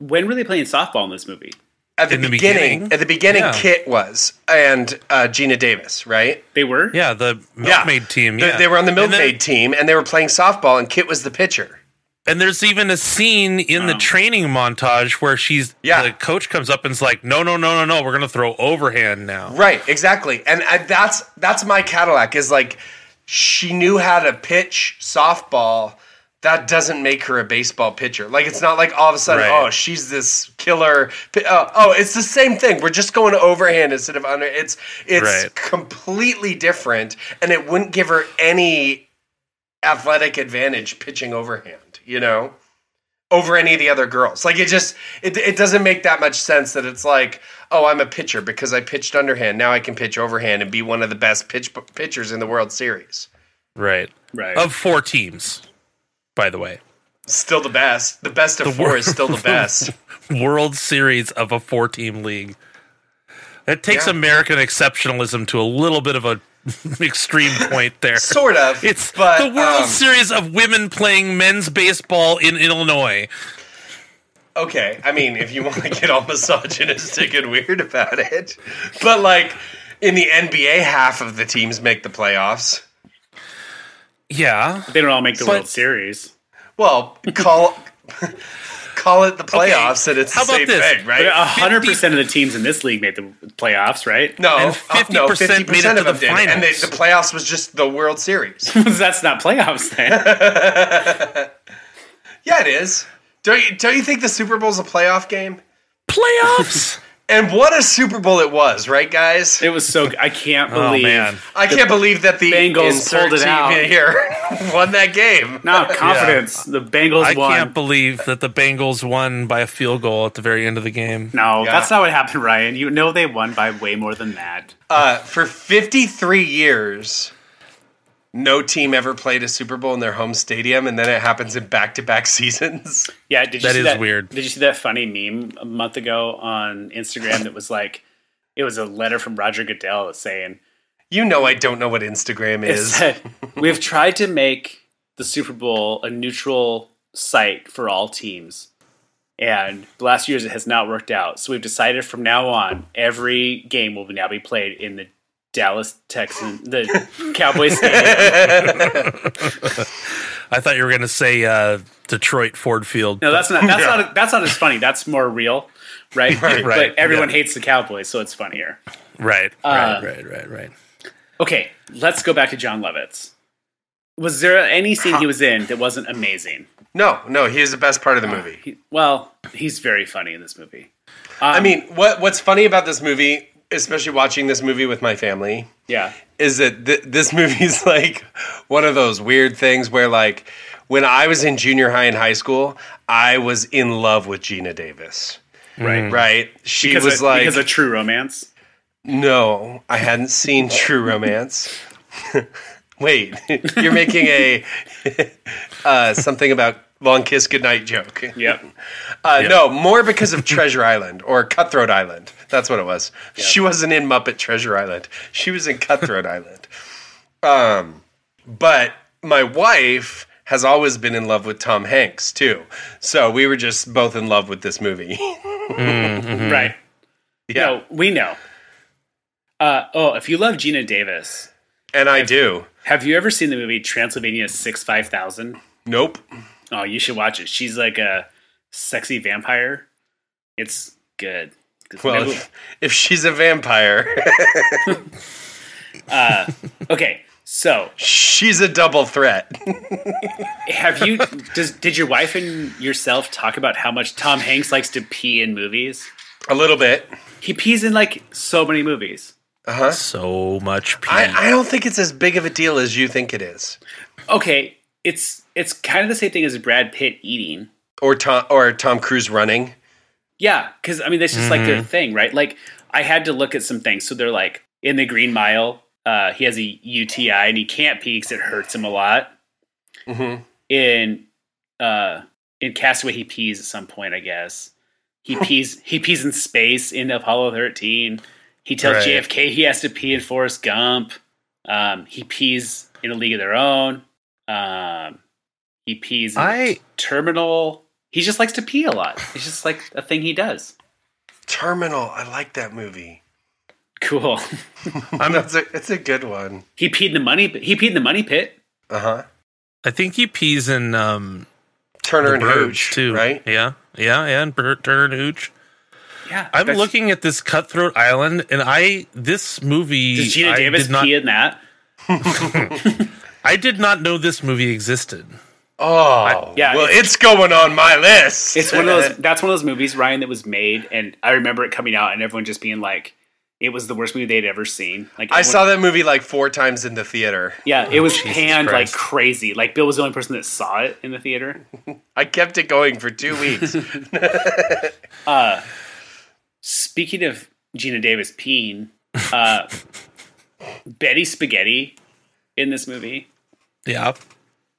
A: When were they playing softball in this movie?
B: At the,
C: In the
B: beginning,
C: beginning?
B: at the beginning,
C: Yeah.
B: Kit was and uh, Gina Davis, right?
A: They were.
C: Yeah, the milkmaid team.
B: They-
C: Yeah.
B: They, were on the
C: And then-
B: milkmaid team, and they were playing softball, and Kit was the pitcher.
C: And there's even a scene in the training montage where she's
B: Yeah.
C: the coach comes up and's like, "No, no, no, no, no, we're gonna throw overhand now."
B: Right, exactly. And I, that's that's my Cadillac is like she knew how to pitch softball. That doesn't make her a baseball pitcher. Like it's not like all of a sudden,
C: Right.
B: oh, she's this killer. pi- Oh, oh, it's the same thing. We're just going overhand instead of under. It's it's
C: Right.
B: completely different, and it wouldn't give her any athletic advantage pitching overhand. You know over any of the other girls. Like it just it, it doesn't make that much sense that it's like, oh, I'm a pitcher because I pitched underhand. Now I can pitch overhand and be one of the best pitch pitchers in the World Series.
C: Right.
A: Right.
C: Of four teams, by the way,
B: Still the best. The best of four is still the best.
C: World Series of a four-team league. It takes
B: Yeah.
C: American exceptionalism to a little bit of a extreme point there.
B: sort of.
C: It's
B: but
C: the World
B: um,
C: Series of women playing men's baseball in Illinois.
B: okay. I mean, if you want to get all misogynistic and weird about it, but like in the NBA, half of the teams make the playoffs.
C: Yeah.
A: They don't all make the
C: But-
A: World Series.
B: Well, call call it the playoffs, and it's
C: How
B: the
C: about
B: same
C: this?
B: thing, right?
A: But a hundred percent of the teams in this league made the playoffs, right?
B: No,
C: And
B: uh, no,
C: 50% made it to
B: of
C: the
B: them did. And they,
C: finals.
B: the playoffs was just the World Series.
A: That's not playoffs then.
B: yeah, it is. Don't you, don't you think the Super Bowl's a playoff game?
C: Playoffs.
B: And what a Super Bowl it was, right, guys?
A: it was so. I can't
C: oh
A: believe.
C: man.
B: I can't believe that the
A: Bengals
B: insert
A: pulled it
B: team
A: out.
B: here won that game.
A: No confidence. The Bengals
C: I
A: won.
C: can't believe that the Bengals won by a field goal at the very end of the game.
A: no,
B: Yeah.
A: that's not what happened, Ryan. You know they won by way more than that.
B: Uh, for 53 years, no team ever played a Super Bowl in their home stadium, and then it happens in back-to-back seasons.
A: Yeah, did you
C: That
A: see
C: is
A: that
C: weird.
A: Did you see that funny meme a month ago on Instagram that was like, it was a letter from Roger Goodell saying,
B: You know I don't know what Instagram
A: it
B: is.
A: said, "We've tried to make the Super Bowl a neutral site for all teams, and the last years it has not worked out. So we've decided from now on, every game will now be played in the." Dallas Texan, the Cowboys Stadium.
C: I thought you were going to say uh, Detroit Ford Field.
A: No, that's not. That's not. That's not as funny. That's more real, right?
C: right,
A: But everyone
C: yeah.
A: hates the Cowboys, so it's funnier.
C: right,
A: uh,
C: right, right, right, right.
A: Okay, let's go back to John Lovitz. Was there any scene he was in that wasn't amazing?
B: no, no, he is the best part of the movie.
A: He, well, he's very funny in this movie.
B: I mean, what what's funny about this movie, especially watching this movie with my family,
A: Yeah.
B: is that th- this movie's like one of those weird things where like when I was in junior high and high school, I was in love with Gina Davis.
A: Right.
B: Right? She
A: Because
B: was
A: of,
B: like
A: because of true romance.
B: No, I hadn't seen True Romance. Wait, you're making a uh, something about long kiss goodnight joke.
A: Yep.
B: Uh, No, more because of Treasure Island or Cutthroat Island. That's what it was. She wasn't in Muppet Treasure Island. She was in Cutthroat Island. Um, but my wife has always been in love with Tom Hanks too. So we were just both in love with this movie.
A: Right.
B: yeah,
A: No, we know. Uh, oh, if you love Gina Davis,
B: and I do.
A: have you ever seen the movie Transylvania Six Five Thousand?
B: Nope.
A: Oh, you should watch it. She's like a sexy vampire. It's good.
B: Well,
A: Maybe-
B: if, if she's a vampire,
A: okay. So,
B: she's a double threat.
A: Have you? Does did your wife and yourself talk about how much Tom Hanks likes to pee in movies?
B: a little bit.
A: He pees in like so many movies.
B: Uh huh.
C: So much pee.
B: I, I don't think it's as big of a deal as you think it is,
A: Okay, it's it's kind of the same thing as Brad Pitt eating.
B: or Tom or Tom Cruise running.
A: Yeah, because I mean that's just like their thing, right? Like I had to look at some things. So they're like in the Green Mile, uh, he has a UTI and he can't pee because it hurts him a lot.
B: Mm-hmm.
A: In uh, in Castaway, he pees at some point, I guess. He pees. he pees in space in Apollo thirteen. He tells
B: Right.
A: JFK he has to pee in Forrest Gump. Um, he pees in A League of Their Own. Um, he pees in
C: I-
A: Terminal. He just likes to pee a lot. It's just like a thing he does.
B: Terminal. I like that movie.
A: Cool.
C: I'm-
B: That's a, it's a good one.
A: He peed in the money. He peed in the money pit.
B: Uh huh.
C: I think he pees in um,
B: Turner
C: the
B: and
C: birds
B: Hooch
C: too.
B: right?
C: Yeah, yeah, yeah. And Bert, Turner and Hooch.
A: Yeah,
C: I'm
A: that's-
C: looking at this Cutthroat Island, and I this movie.
A: Does Gina
C: I
A: Davis
C: did not,
A: pee in that?
C: I did not know this movie existed.
B: Oh,
A: yeah,
B: Well, it's, going on my list.
A: It's one of those. That's one of those movies, Ryan, that was made, and I remember it coming out, and everyone just being like, "It was the worst movie they'd ever seen." Like
B: I
A: everyone-
B: saw that movie like four times in the theater.
A: Yeah, it was
C: Jesus
A: panned
C: Christ.
A: like crazy. Like Bill was the only person that saw it in the theater.
B: I kept it going for two weeks.
A: Uh, speaking of Gina Davis peeing, uh, Betty Spaghetti in this movie.
C: Yeah,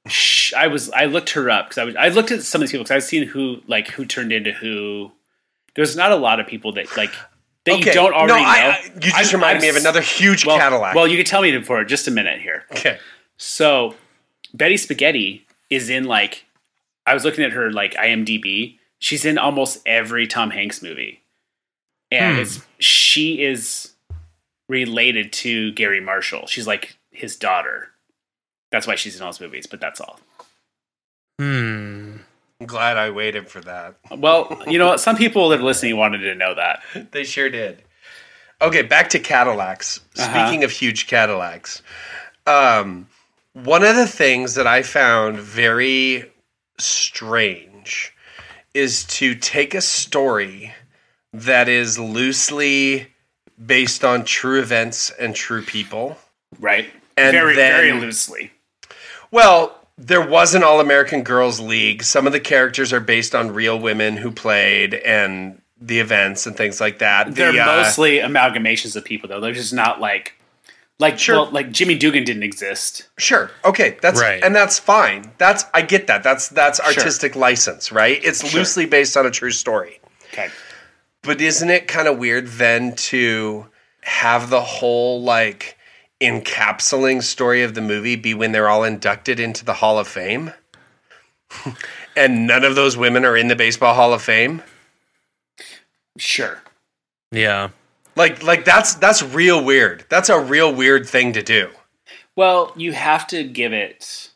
A: sh- I was I looked her up because I was I looked at some of these people because I was seeing who like who turned into who. There's not a lot of people that like that you don't already
B: no, I,
A: know.
B: I- you just reminded me of another huge
A: well,
B: Cadillac.
A: Well, you can tell me it for just a minute here.
B: okay.
A: So Betty Spaghetti is in like I was looking at her like IMDb. She's in almost every Tom Hanks movie, and it's she is related to Gary Marshall. She's like his daughter. That's why she's in all his movies. But that's all.
C: hmm.
B: I'm glad I waited for that.
A: Well, you know, what? some people that are listening wanted to know that.
B: They sure did. Okay, back to Cadillacs.
A: Uh-huh.
B: Speaking of huge Cadillacs, um, one of the things that I found very strange is to take a story that is loosely based on true events and true people.
A: Right.
B: And
A: very,
B: then-
A: very loosely.
B: Well, there was an All American Girls League. Some of the characters are based on real women who played and the events and things like that. The,
A: They're
B: uh,
A: mostly amalgamations of people, though. They're just not like, like,
B: Sure.
A: well, like Jimmy Dugan didn't exist.
B: Sure. Okay. That's
C: Right.
B: and that's fine. That's I get that. That's that's artistic license, right? It's loosely based on a true story.
A: Okay.
B: But isn't it kind of weird then to have the whole like encapsulating story of the movie be when they're all inducted into the Hall of Fame? and none of those women are in the baseball Hall of Fame?
A: Sure.
C: Yeah,
B: Like like that's that's real weird. That's a real weird thing to do.
A: Well, you have to give it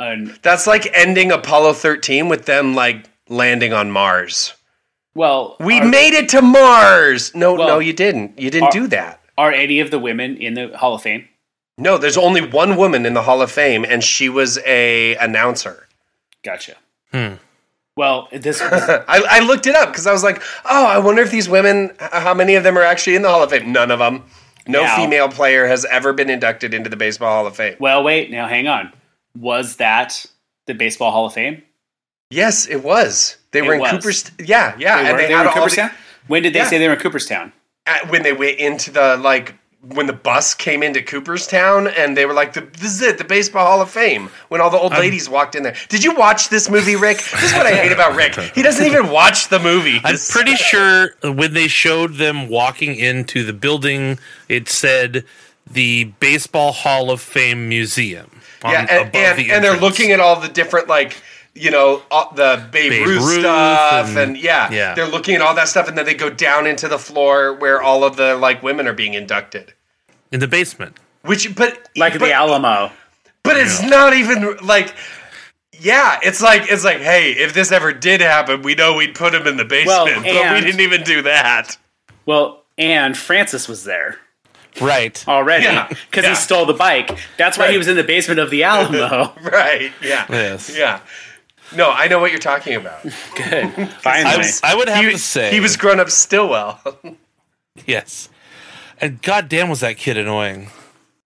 A: an.
B: That's like ending Apollo 13 with them like landing on Mars.
A: Well,
B: We
A: are,
B: made it to Mars. No,
A: Well-
B: no, you didn't. You didn't
A: Are-
B: do that.
A: are any of the women in the Hall of Fame?
B: No, there's only one woman in the Hall of Fame, and she was a announcer.
A: Gotcha.
C: Hmm.
A: Well, this
B: I, I looked it up because I was like, oh, I wonder if these women, h- how many of them are actually in the Hall of Fame? None of them. No
A: Now-
B: female player has ever been inducted into the Baseball Hall of Fame.
A: well, wait. Now, hang on. Was that the Baseball Hall of Fame?
B: Yes, it was. They were in
A: was.
B: Cooperstown. Yeah, yeah.
A: They were, they were
B: had
A: in
B: all the-
A: Cooperstown. when did they
B: Yeah.
A: say they were in Cooperstown?
B: at- when they went into the like when the bus came into Cooperstown and they were like, the, "This is it, the Baseball Hall of Fame." When all the old ladies walked in there, did you watch this movie, Rick? This is what I hate about Rick. He doesn't even watch the movie.
C: I'm pretty sure when they showed them walking into the building, it said the Baseball Hall of Fame Museum. on-
B: yeah, and
C: above
B: and,
C: the
B: and they're
C: entrance.
B: looking at all the different like you know all, the Babe,
C: Babe
B: Ruth,
C: Ruth
B: stuff, and,
C: and-
B: yeah,
C: yeah.
B: they're looking at all that stuff, and then they go down into the floor where all of the like women are being inducted.
C: in the basement.
B: Which, but
A: Like
B: but-
A: the Alamo.
B: But it's not even like yeah, it's like it's like, hey, if this ever did happen, we know we'd put him in the
A: Well,
B: basement, but we
A: and-
B: didn't even do that.
A: Well, and Francis was there
C: Right.
B: Oh.
A: already
B: Yeah,
A: because
B: yeah.
A: he stole the bike. That's why
B: Right.
A: he was in the basement of the Alamo.
B: Right. Yeah.
C: Yes.
B: Yeah. No, I know what you're talking about.
A: Finally.
C: I, I would have
B: He,
C: to say
B: he was grown up Stillwell.
C: yes. And goddamn, was that kid annoying.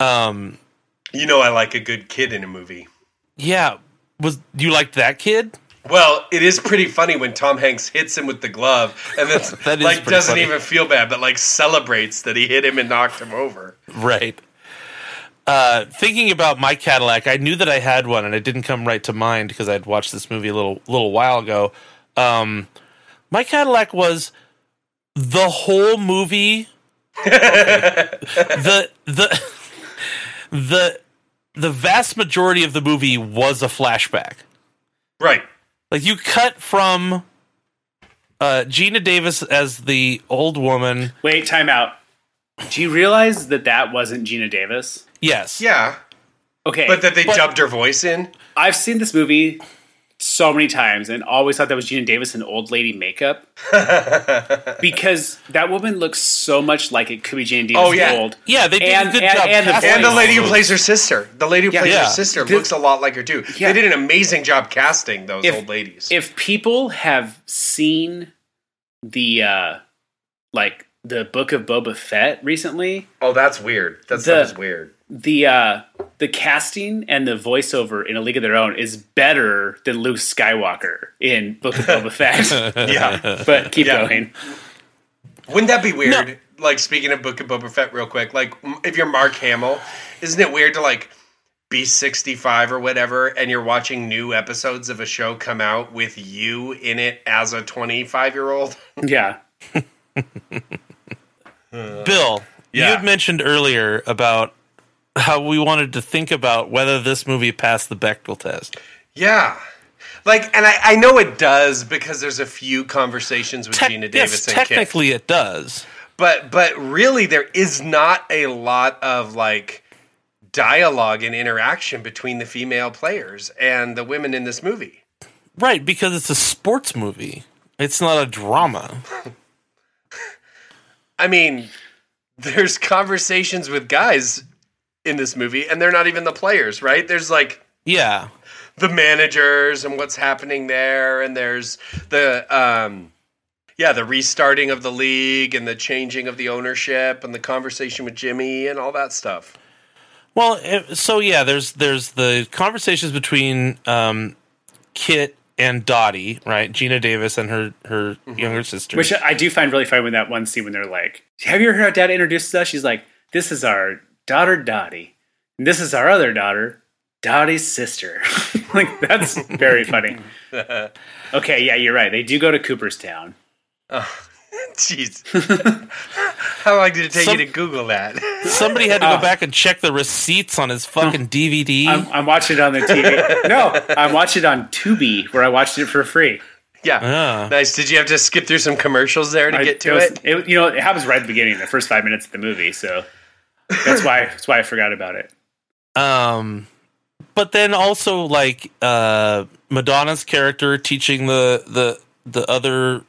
C: Um,
B: You know, I like a good kid in a movie.
C: yeah, was you liked that kid?
B: Well, it is pretty funny when Tom Hanks hits him with the glove and then
C: That is
B: like
C: pretty
B: doesn't
C: funny.
B: even feel bad, but like celebrates that he hit him and knocked him over.
C: Right. Uh, thinking about my Cadillac, I knew that I had one, and it didn't come right to mind because I'd watched this movie a little little while ago. Um, my Cadillac was the whole movie. the the the the vast majority of the movie was a flashback.
B: Right.
C: Like you cut from uh, Gina Davis as the old woman.
A: Wait, time out. Do you realize that that wasn't Gina Davis?
C: Yes.
B: Yeah.
A: Okay,
B: But that they
C: But-
B: dubbed her voice in.
A: I've seen this movie so many times and always thought that was Gina Davis in old lady makeup because that woman looks so much like it could be Gina Davis
B: Oh, yeah.
A: old.
C: Yeah, they did
A: And-
C: a good
A: and-
C: job.
A: and the
C: casting
B: And the lady who
C: those.
B: plays her sister. The lady who plays
C: Yeah.
B: her sister looks a lot like her too.
A: Yeah.
B: They did an amazing job casting those
A: If-
B: old ladies.
A: If people have seen the uh like the Book of Boba Fett recently,
B: oh, that's weird. That
A: The-
B: stuff is weird.
A: the uh the casting and the voiceover in A League of Their Own is better than Luke Skywalker in Book of Boba Fett.
B: Yeah.
A: but keep
B: Yeah.
A: going.
B: Wouldn't that be weird? Like speaking of Book of Boba Fett, real quick. Like m- if you're Mark Hamill, isn't it weird to like be 65 or whatever, and you're watching new episodes of a show come out with you in it as a 25 year old?
A: Yeah.
C: Bill,
B: Yeah.
C: you had mentioned earlier about how we wanted to think about whether this movie passed the Bechtel test.
B: Yeah. Like, and I, I know it does because there's a few conversations with
C: Tec-
B: Gina Davis
C: yes,
B: and Kit.
C: technically it does.
B: but but really there is not a lot of like dialogue and interaction between the female players and the women in this movie
C: Right, because it's a sports movie. It's not a drama.
B: i mean there's conversations with guys in this movie and they're not even the players right there's like
C: Yeah.
B: the managers and what's happening there and there's the um yeah the restarting of the league and the changing of the ownership and the conversation with jimmy and all that stuff
C: Well, eh, so yeah, there's there's the conversations between um, Kit and Dottie, right? Gina Davis and her her
B: Mm-hmm.
C: younger sister.
A: Which I do find really funny when that one scene when they're like, "Have you ever heard how Dad introduces us?" She's like, "This is our daughter Dottie, and this is our other daughter, Dottie's sister." like that's very funny. Okay, yeah, you're right. They do go to Cooperstown.
B: jeez how long did it take
C: Some-
B: you to google that
C: Somebody had to go back and check the receipts on his fucking DVD.
A: Ah. I'm, I'm watching it on the TV. no, I'm watching it on Tubi, where I watched it for free.
B: Yeah.
C: Ah.
B: Nice. Did you have to skip through some commercials there to
A: I-
B: get to
A: was-
B: it?
A: You know, it happens right at the beginning, the first five minutes of the movie. So that's why that's why I forgot about it.
C: um but then also like uh madonna's character teaching the the the other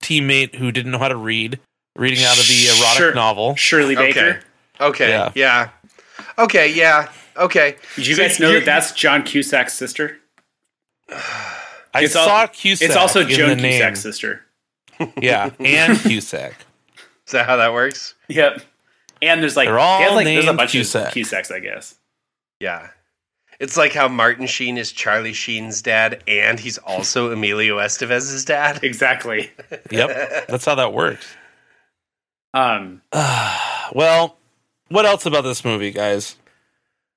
C: teammate who didn't know how to read reading out of the erotic
A: Shir-
C: novel
A: Shirley Baker.
B: Okay. Okay.
C: Yeah.
B: Yeah. Okay. Yeah. Okay.
A: Did you
B: So
A: guys know
B: you're-
A: that that's John Cusack's sister?
C: i
A: It's al-
C: saw cusack
A: It's also
C: in
A: Joan
C: the name.
A: Cusack's sister.
C: yeah and cusack
B: Is that how that works?
A: Yep. And there's like,
C: They're all
A: they have, like, there's a
C: named
A: bunch
C: Cusack.
A: of Cusacks, I guess.
B: Yeah. It's like how Martin Sheen is Charlie Sheen's dad, and he's also Emilio Estevez's dad.
A: Exactly.
C: yep that's how that works
A: Um,
C: well what else about this movie guys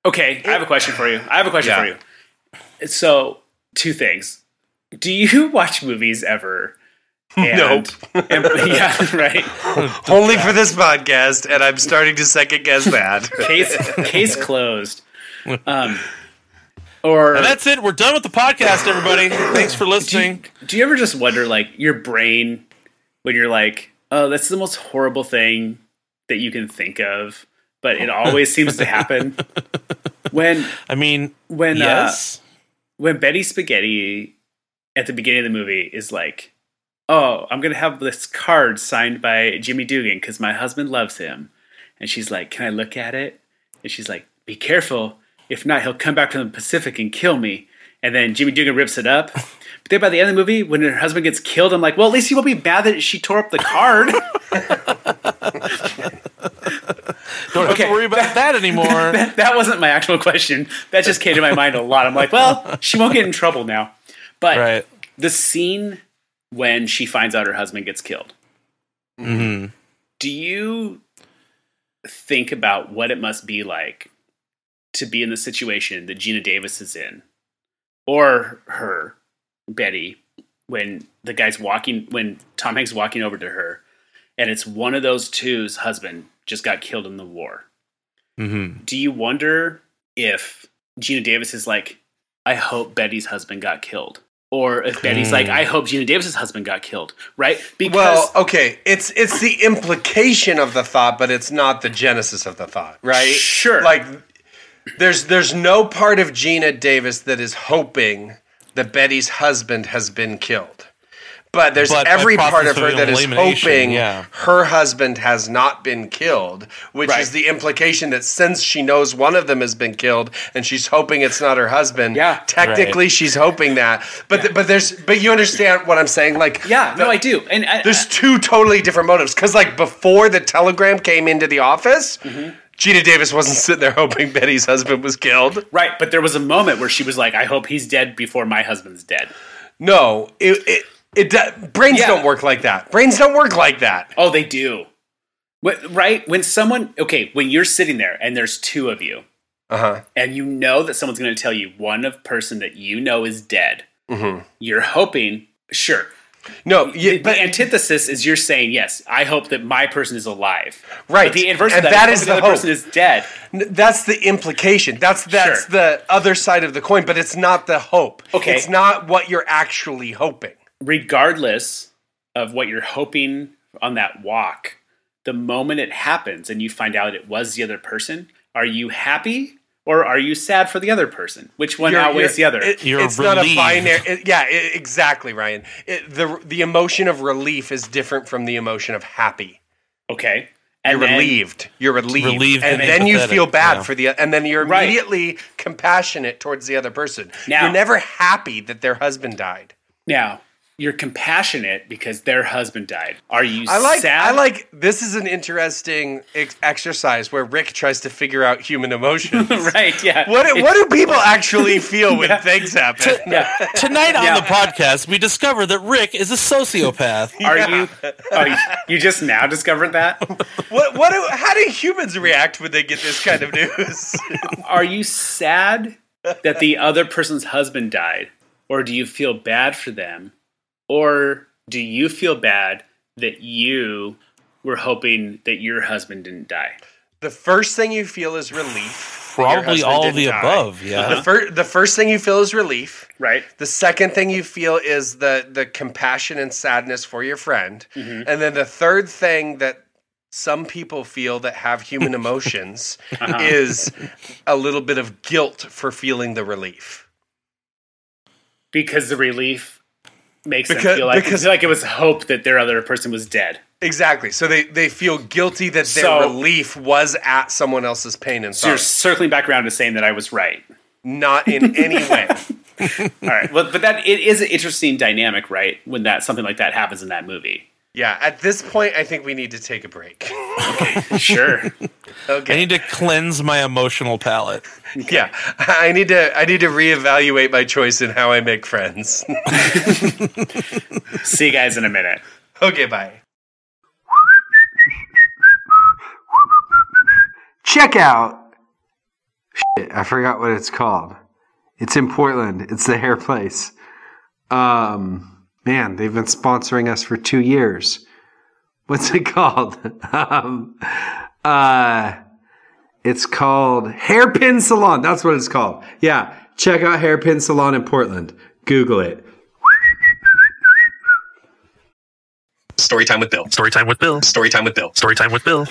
A: okay, I have a question for you. I have a question
B: Yeah.
A: for you. So, two things. Do you watch movies ever? And, and- yeah, right.
B: Only for this podcast, and I'm starting to second guess that.
A: Case case closed. Um, or
C: and that's it we're done with the podcast everybody thanks for
A: do you,
C: listening
A: do you ever just wonder like your brain when you're like oh that's the most horrible thing that you can think of but it always seems to happen when
C: i mean
A: when uh,
C: yes
A: when betty spaghetti at the beginning of the movie is like oh i'm gonna have this card signed by jimmy dugan because my husband loves him and she's like can i look at it and she's like be careful if not he'll come back from the pacific and kill me and then jimmy dugan rips it up but then by the end of the movie when her husband gets killed i'm like well at least he won't be mad that she tore up the card
C: Don't have
A: Okay.
C: to worry about that anymore.
A: that wasn't my actual question. That just came to my mind a lot. I'm like, well, she won't get in trouble now. But
C: right.
A: the scene when she finds out her husband gets killed.
C: hmm
A: Do you think about what it must be like to be in the situation that Gina Davis is in, or her, Betty, when the guy's walking, when Tom Hanks is walking over to her, and it's one of those two's husband just got killed in the war?
C: hmm
A: do you wonder if Gina Davis is like, I hope Betty's husband got killed? Or if Betty's like, I hope Gina Davis's husband got killed, right? Because
B: Well, okay, it's it's the implication of the thought, but it's not the genesis of the thought, right?
A: Sure.
B: Like there's there's no part of Gina Davis that is hoping that Betty's husband has been killed. But there's
C: But by
B: every part
C: process
B: of her
C: of
B: that is
C: elimination,
B: hoping
C: yeah.
B: her husband has not been killed, which
A: Right.
B: is the implication that since she knows one of them has been killed and she's hoping it's not her husband,
A: Yeah.
B: technically she's hoping that. But th- but there's but you understand what I'm saying? Like
A: yeah,
B: the-
A: no, I do. And uh, I,
B: there's two totally different motives. Because like before the telegram came into the office, Gina Davis wasn't sitting there hoping Betty's husband was killed.
A: right, but there was a moment where she was like, I hope he's dead before my husband's dead.
B: No, it it, it do- brains
A: Yeah.
B: don't work like that. Brains don't work like that.
A: Oh, they do. Wh- Right? When someone, okay, when you're sitting there and there's two of you,
B: Uh huh.
A: and you know that someone's going to tell you one of person that you know is dead, you're hoping, sure,
B: No, yeah,
A: the
B: but
A: antithesis is you're saying yes. I hope that my person is alive.
B: Right.
A: But the inverse
B: And
A: of
B: that
A: that
B: is
A: is
B: the
A: the other
B: hope.
A: person is dead.
B: n- that's the implication. That's that's
A: Sure.
B: the other side of the coin. But it's not the hope.
A: Okay.
B: it's not what you're actually hoping.
A: Regardless of what you're hoping on that walk, the moment it happens and you find out it was the other person, are you happy or are you sad for the other person? Which one
B: You're-
A: outweighs the
B: you're-
A: other?
B: it-
C: You're
B: it's not a
C: relieved.
B: binary. it- yeah, it, exactly, Ryan. It, the the emotion of relief is different from the emotion of happy.
A: okay. And
B: you're
A: then-
B: relieved. You're relieved,
C: Relieved
B: and,
C: and
B: then you
C: empathetic,
B: feel bad
C: yeah.
B: for the, and then you're
A: Right.
B: immediately compassionate towards the other person.
A: Now-
B: you're never happy that their husband died.
A: Now, you're compassionate because their husband died. Are you
B: I like.
A: sad?
B: I like. This is an interesting ex- exercise where Rick tries to figure out human emotions.
A: Right, yeah.
B: What do- What do people actually feel when things happen?
A: Yeah.
C: Tonight on
A: Yeah.
C: the podcast, we discover that Rick is a sociopath.
A: Are you? Oh, you- you just now discovered that?
B: What What do? How do humans react when they get this kind of news?
A: Are you sad that the other person's husband died? Or do you feel bad for them? Or do you feel bad that you were hoping that your husband didn't die?
B: the first thing you feel is relief. that your
C: Probably
B: husband
C: all
B: didn't
C: of the
B: die.
C: above.
B: The
C: Yeah.
B: first. The first thing you feel is relief.
A: Right?
B: The second thing you feel is the the compassion and sadness for your friend.
A: Mm-hmm.
B: And then the third thing that some people feel that have human emotions
A: Uh-huh.
B: is a little bit of guilt for feeling the relief.
A: Because the relief makes
B: Because-
A: them feel like,
B: because-
A: like it was hope that their other person was dead.
B: Exactly. So they, they feel guilty that their
A: So-
B: relief was at someone else's pain and
A: So
B: sorrow.
A: you're circling back around to saying that I was right.
B: Not in any way.
A: All right. Well, but that it is an interesting dynamic, right? When that something like that happens in that movie.
B: Yeah. At this point, I think we need to take a break.
A: Sure.
C: I
B: Okay.
C: need to cleanse my emotional palate.
B: Yeah. I need to I need to reevaluate my choice in how I make friends.
A: See you guys in a minute.
B: okay. Bye.
D: check out. Shit, I forgot what it's called. It's in Portland. It's the hair place. Um, man, they've been sponsoring us for two years. What's it called? um, uh, it's called Hairpin Salon. That's what it's called. Yeah, check out Hairpin Salon in Portland. Google it.
E: Story time with Bill. Story time with Bill. Story time with Bill. Story time with Bill.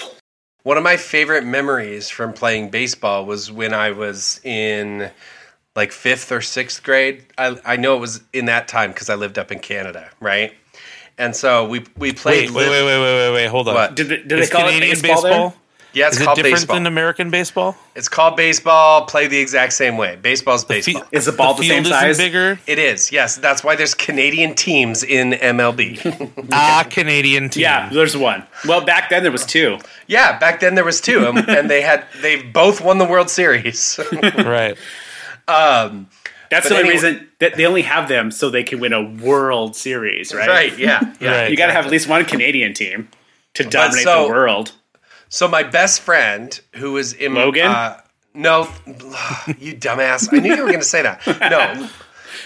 B: One of my favorite memories from playing baseball was when I was in like fifth or sixth grade. I, I know it was in that time because I lived up in Canada, right? And so we we played.
C: Wait, wait, wait, wait, wait, wait, wait. Hold on.
B: What?
A: Did, they- did they
C: Is
A: call it baseball? there?
B: Yeah, it's
C: Is it
B: called
C: different
B: baseball.
C: than American baseball?
B: it's called baseball. Play the exact same way. Baseball's baseball.
A: Is the ball the,
C: field
A: same
C: isn't
A: size?
C: bigger.
B: it is. Yes, that's why there's Canadian teams in MLB.
C: Ah, Canadian team.
A: Yeah, there's one. Well, back then there was two.
B: yeah, back then there was two, and, and they had they both won the World Series.
C: right.
A: That's
B: But
A: the only
B: anyway-
A: reason that they only have them so they can win a World Series, right?
B: right? Yeah. Yeah.
C: Right.
A: You got to have at least one Canadian team to dominate
B: so-
A: the world.
B: So my best friend, who was in
A: Logan?
B: uh, no, you dumbass! I knew you were going to say that. No,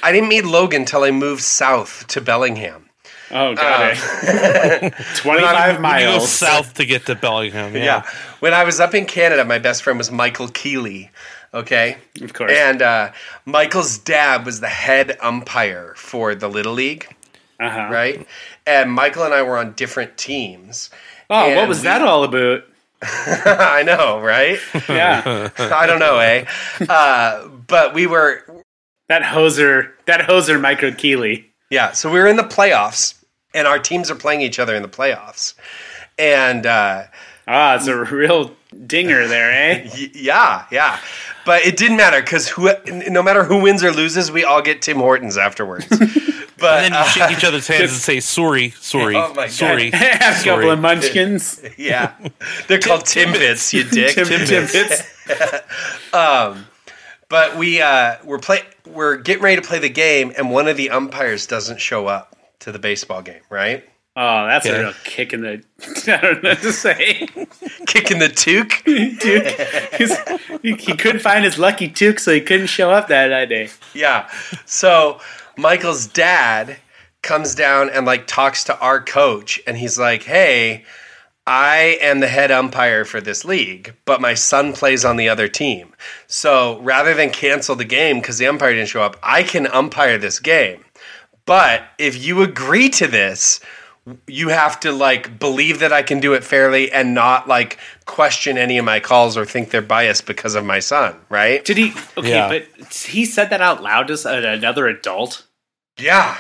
B: I didn't meet Logan until I moved south to Bellingham.
A: Oh,
B: uh,
A: got it. 25
C: You go
A: miles.
C: south to get to Bellingham. Yeah.
B: Yeah. When I was up in Canada, my best friend was Michael Keeley. Okay.
A: Of course.
B: And uh, Michael's dad was the head umpire for the Little League,
A: Uh-huh.
B: right? And Michael and I were on different teams.
A: Oh, what
B: And
A: was
B: we-
A: that all about?
B: I know, right?
A: Yeah.
B: I don't know, eh? Uh, but we were
A: that hoser, that hoser Michael Keeley.
B: Yeah, so we were in the playoffs, and our teams are playing each other in the playoffs. And uh,
A: Ah, it's a real dinger there, eh?
B: y- yeah, yeah, but it didn't matter because who, n- no matter who wins or loses, we all get Tim Hortons afterwards. but uh,
C: And then you shake each other's hands and say, sorry, sorry,
B: Oh my God.
C: sorry.
A: Have a couple
C: Sorry.
A: of munchkins.
B: uh, yeah, they're called Timbits, you dick.
A: Tim, Timbits.
B: but we uh, we're play we're getting ready to play the game, and one of the umpires doesn't show up to the baseball game. Right,
A: Oh, that's
C: Yeah.
A: a real kick in the. I don't know what to say.
B: kicking the toque.
A: Duke. He's- he he couldn't find his lucky Duke, so he couldn't show up that, that day.
B: Yeah. So Michael's dad comes down and like talks to our coach and he's like, "Hey, I am the head umpire for this league, but my son plays on the other team. So rather than cancel the game cuz the umpire didn't show up, I can umpire this game. But if you agree to this, you have to like believe that I can do it fairly and not like question any of my calls or think they're biased because of my son, right?
A: Did he? Okay,
C: Yeah.
A: but he said that out loud to s- uh, another adult.
B: Yeah.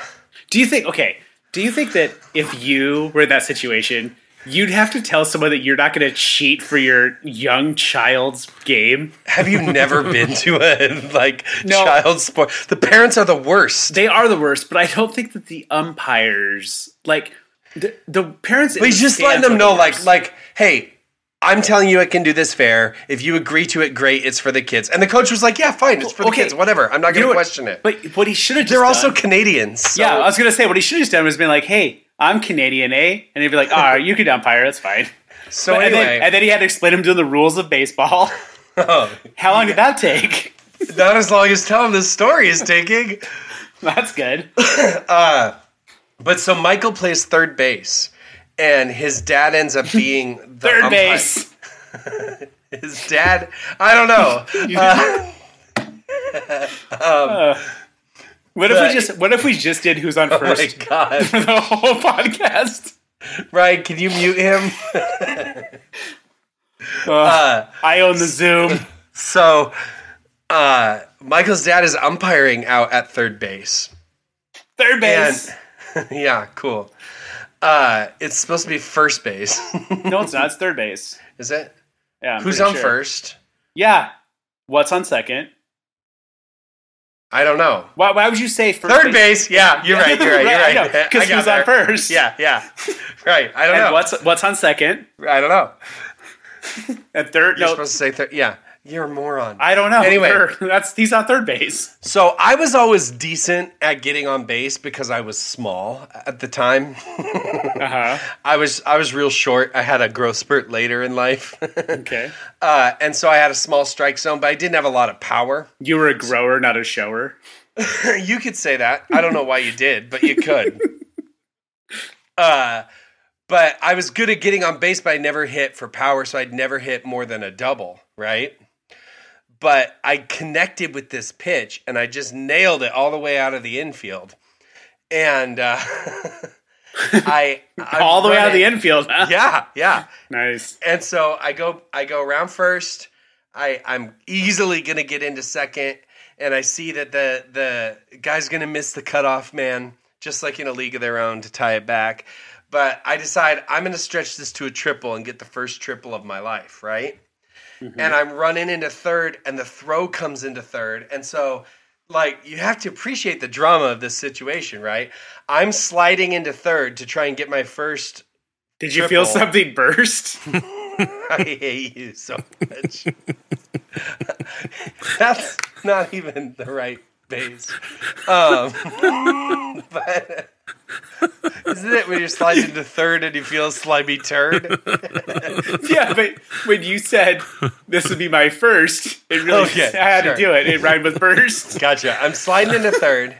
A: Do you think? Okay, do you think that if you were in that situation, you'd have to tell someone that you're not going to cheat for your young child's game?
B: Have you never been to a like
A: No.
B: child sport? The parents are the worst.
A: They are the worst, but I don't think that the umpires, like the, the parents,
B: But he's just letting them know, like, like, hey, I'm telling you, I can do this fair. If you agree to it, great. It's for the kids. And the coach was like, yeah, fine. It's for the
A: Okay.
B: kids. Whatever. I'm not going to question it.
A: But what he should have
B: They're also
A: done,
B: Canadians. so-
A: yeah. uh, I was gonna say what he should have done was been like, hey. I'm Canadian, eh? And he'd be like, "All right, you can umpire. That's fine."
B: So
A: and,
B: anyway, um,
A: then, and then he had to explain him to the rules of baseball. How long did that take?
B: not as long as telling this story is taking.
A: That's good.
B: But so Michael plays third base, and his dad ends up being the
A: Third
B: umpire.
A: base.
B: His dad, I don't know.
A: What if we
B: But-
A: just What if we just did who's on
B: Oh my
A: first
B: god.
A: for the whole podcast?
B: Ryan, can you mute him?
A: I own the Zoom.
B: So, uh, Michael's dad is umpiring out at third base.
A: Third base.
B: yeah, cool. Uh, it's supposed to be first base,
A: no, it's not. It's third base.
B: is it?
A: Yeah. I'm
B: Who's
A: pretty
B: on
A: sure.
B: first?
A: Yeah. What's on second?
B: I don't know.
A: Why, why would you say first
B: Third base. Yeah, you're right. You're right. You're right.
A: Because
B: I got
A: who's
B: there.
A: on first?
B: Yeah, yeah. Right. I don't
A: And
B: know.
A: what's What's on second?
B: I don't know.
A: And third?
B: You're
A: no,
B: supposed to say third. Yeah, you're a moron.
A: I don't know.
B: Anyway.
A: Third. that's he's on third base.
B: So I was always decent at getting on base because I was small at the time.
A: Uh huh.
B: I was I was real short. I had a growth spurt later in life.
A: Okay.
B: Uh, and so I had a small strike zone, but I didn't have a lot of power.
A: You were a grower, not a shower.
B: You could say that. I don't know why you did, but you could. uh, but I was good at getting on base, but I never hit for power, so I'd never hit more than a double, right? But I connected with this pitch and I just nailed it all the way out of the infield. And uh, I, I'm
A: All the way out of
B: running-
A: the infield. huh?
B: Yeah, yeah.
A: Nice.
B: And so I go I go around first. I I'm easily gonna get into second, and I see that the the guy's gonna miss the cutoff man, just like in a league of their own to tie it back. But I decide I'm going to stretch this to a triple and get the first triple of my life, right? And I'm running into third, and the throw comes into third. And so, like, you have to appreciate the drama of this situation, right? I'm sliding into third to try and get my first.
A: Did you feel
B: Triple.
A: something burst?
B: I hate you so much. That's not even the right base. Um, but uh, isn't it when you're sliding into third and you feel a slimy turd?
A: yeah, but when you said this would be my first, it really
B: Okay,
A: I had
B: Oh, sure.
A: to do it. It rhymed with burst.
B: Gotcha. I'm sliding into third,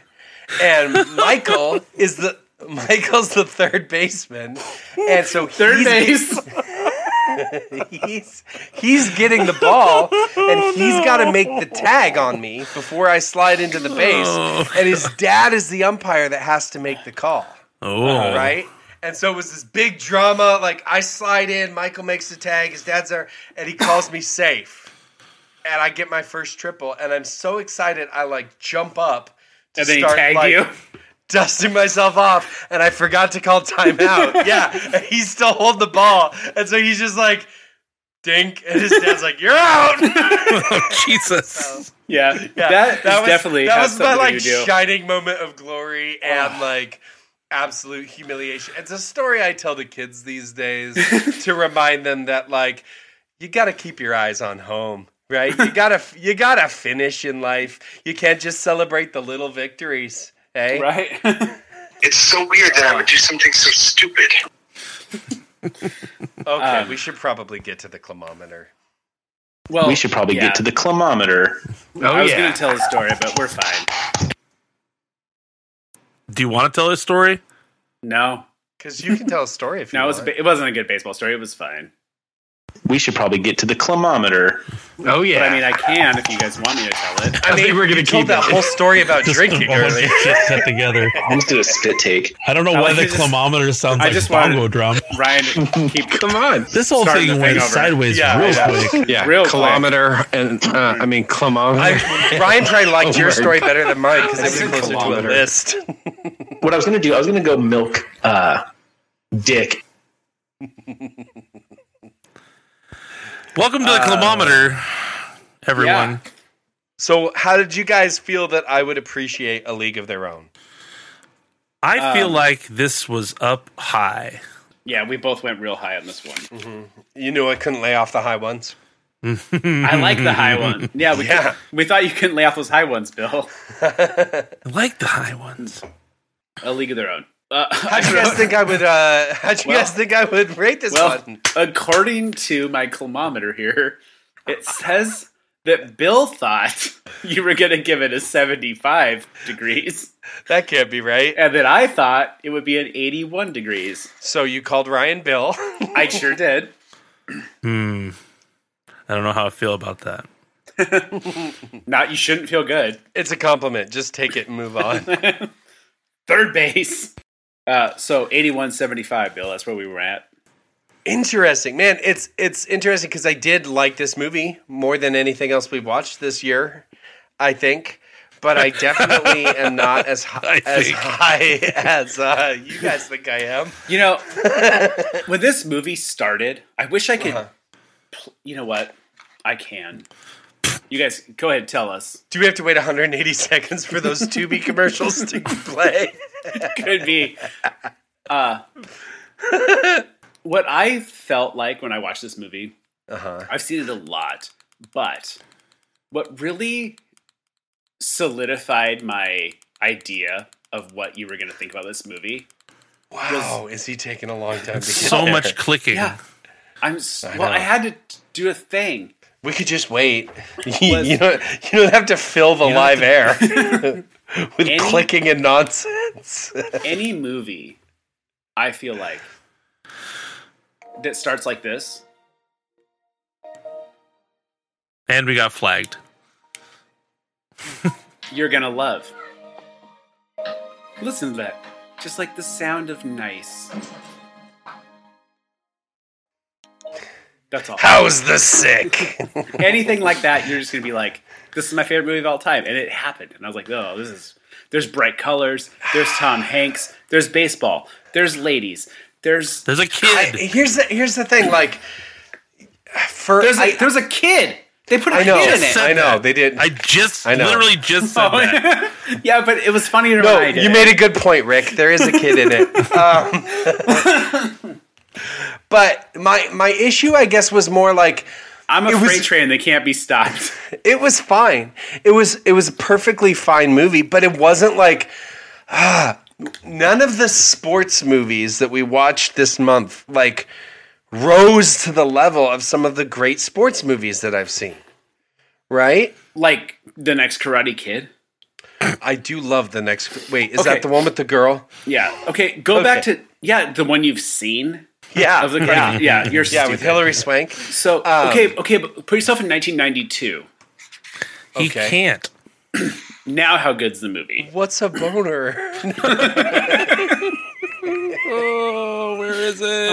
B: and Michael is the Michael's the third baseman, and so
A: Third
B: he's,
A: base.
B: he's he's getting the ball, and he's got to make the tag on me before I slide into the base, and his dad is the umpire that has to make the call.
C: Oh,
B: right? And so it was this big drama. Like I slide in, Michael makes the tag, his dad's there, and he calls me safe. And I get my first triple, and I'm so excited. I like jump up to
A: And then he
B: start
A: tagged
B: like
A: you.
B: dusting myself off, and I forgot to call timeout. yeah, and he's still holding the ball, and so he's just like, "Dink," and his dad's like, "You're out." Oh.
C: Jesus.
A: Yeah,
B: Yeah,
A: that, that was, definitely
B: that
A: has
B: was my
A: something
B: like
A: to do.
B: shining moment of glory and like absolute humiliation. It's a story I tell the kids these days to remind them that like you got to keep your eyes on home, right? You gotta you gotta finish in life. You can't just celebrate the little victories. Hey,
A: right?
F: It's so weird that I would do something so stupid.
B: okay,
A: Um,
B: we should probably get to the climometer.
A: well,
E: we should probably
A: yeah.
E: get to the climometer.
B: Oh,
A: I was
C: yeah.
A: going to tell a story, but we're fine.
C: Do you want to tell this story?
A: No,
B: Because you can tell a story if you
A: no, it,
B: want.
A: was a, ba- it wasn't a good baseball story. It was fine.
E: We should probably get to the climometer.
G: Oh yeah.
A: But I mean, I can if you guys want me to tell it.
B: I, mean,
G: think we're gonna
B: you told
G: keep
B: that
G: it.
B: whole story about drinking earlier.
G: Get set together.
E: Let's do a spit take.
G: I don't know
A: I
G: why
A: like
G: the
A: to just-
G: climometer sounds
A: I
G: like
A: just
G: a bongo
A: wanted-
G: drum.
A: Ryan, keep
G: Come on. This whole
A: Starting
G: thing
A: the
G: went
A: thing over.
G: sideways
B: Yeah,
G: real
B: yeah.
G: quick. Yeah.
A: Real quick.
G: kilometer and uh, I mean Oh kilometer.
B: I, Ryan probably liked your story better than mine because it was
G: It's a
B: closer to a
G: kilometer.
B: list.
E: What I was gonna do, I was gonna go milk uh, Dick.
C: Welcome to the
A: Uh,
C: climometer, everyone.
B: So, how did you guys feel that I would appreciate a league of their own?
C: I
A: Um,
C: feel like this was up high.
A: yeah, we both went real high on this one.
B: You knew I couldn't lay off the high ones.
A: I like the high one. Yeah, we
B: Yeah.
A: we thought you couldn't lay off those high ones, Bill.
C: I like the high ones.
A: A league of their own. Uh,
B: How do you guys think I would? Uh, how do you
A: Well-
B: guys think I would rate this
A: Well,
B: one?
A: according to my climometer here, it says that Bill thought you were going to give it a 75 degrees,
B: That can't be right.
A: and that I thought it would be an 81 degrees.
B: So you called Ryan Bill.
A: I sure did.
C: Hmm. I don't know how I feel about that.
A: Not you shouldn't feel good.
B: it's a compliment. Just take it and move on.
A: Third base. Uh, so 81.75, Bill. That's where we were at.
B: interesting, man. It's it's interesting because I did like this movie more than anything else we've watched this year. I think. But I definitely am not as high,
C: I
B: as
C: think.
B: high as uh, you guys think I am.
A: You know, when this movie started, I wish I could. pl- you know what? I can. You guys, go ahead and tell us.
B: Do we have to wait 180 seconds for those Tubi commercials to play?
A: could be. Uh, what I felt like when I watched this movie,
B: Uh-huh.
A: I've seen it a lot, but what really solidified my idea of what you were going to think about this movie,
B: Wow, is he taking a long time? To
C: So
B: get
C: much
B: there?
C: clicking.
A: yeah, I'm s
B: I
A: well, I
B: know.
A: had to t- do a thing.
B: We could just wait. you, you don't. You don't have to fill the live air with
A: Any-
B: clicking and nonsense.
A: Any movie, I feel like that starts like this.
C: And we got flagged.
A: you're gonna love. Listen to that. Just like the sound of nice. That's all.
B: How's the sick?
A: Anything like that, you're just gonna be like, this is my favorite movie of all time. And it happened. And I was like, oh, this is there's bright colors, there's Tom Hanks, there's baseball, there's ladies, There's
C: There's a
B: I,
C: kid.
B: here's the here's the thing. Like for
A: there's a,
B: I-
A: there's a kid. They put a
B: I know,
A: kid in it.
B: I know. They did.
C: I just
B: I know.
C: literally just said that.
A: Oh, yeah, but it was funnier
B: no,
A: when I did.
B: Oh, you made a good point, Rick. There is a kid in it. Um, but my my issue, I guess, was more like
A: I'm a
B: it was-
A: freight train that can't be stopped.
B: it was fine. It was it was a perfectly fine movie, but it wasn't like ah, none of the sports movies that we watched this month like rose to the level of some of the great sports movies that I've seen. Right?
A: like the next Karate Kid.
B: I do love the next. Wait, is
A: Okay.
B: that the one with the girl?
A: Yeah. Okay. Go back
B: Okay.
A: to yeah the one you've seen
B: Yeah,
A: of the Karate. Yeah. yeah you're
B: yeah, with Hilary Swank.
A: So
B: Um,
A: okay, okay, but put yourself in 1992.
C: He
B: Okay.
C: can't.
A: Now, how good's the movie?
B: What's a boner?
G: Oh, where is it?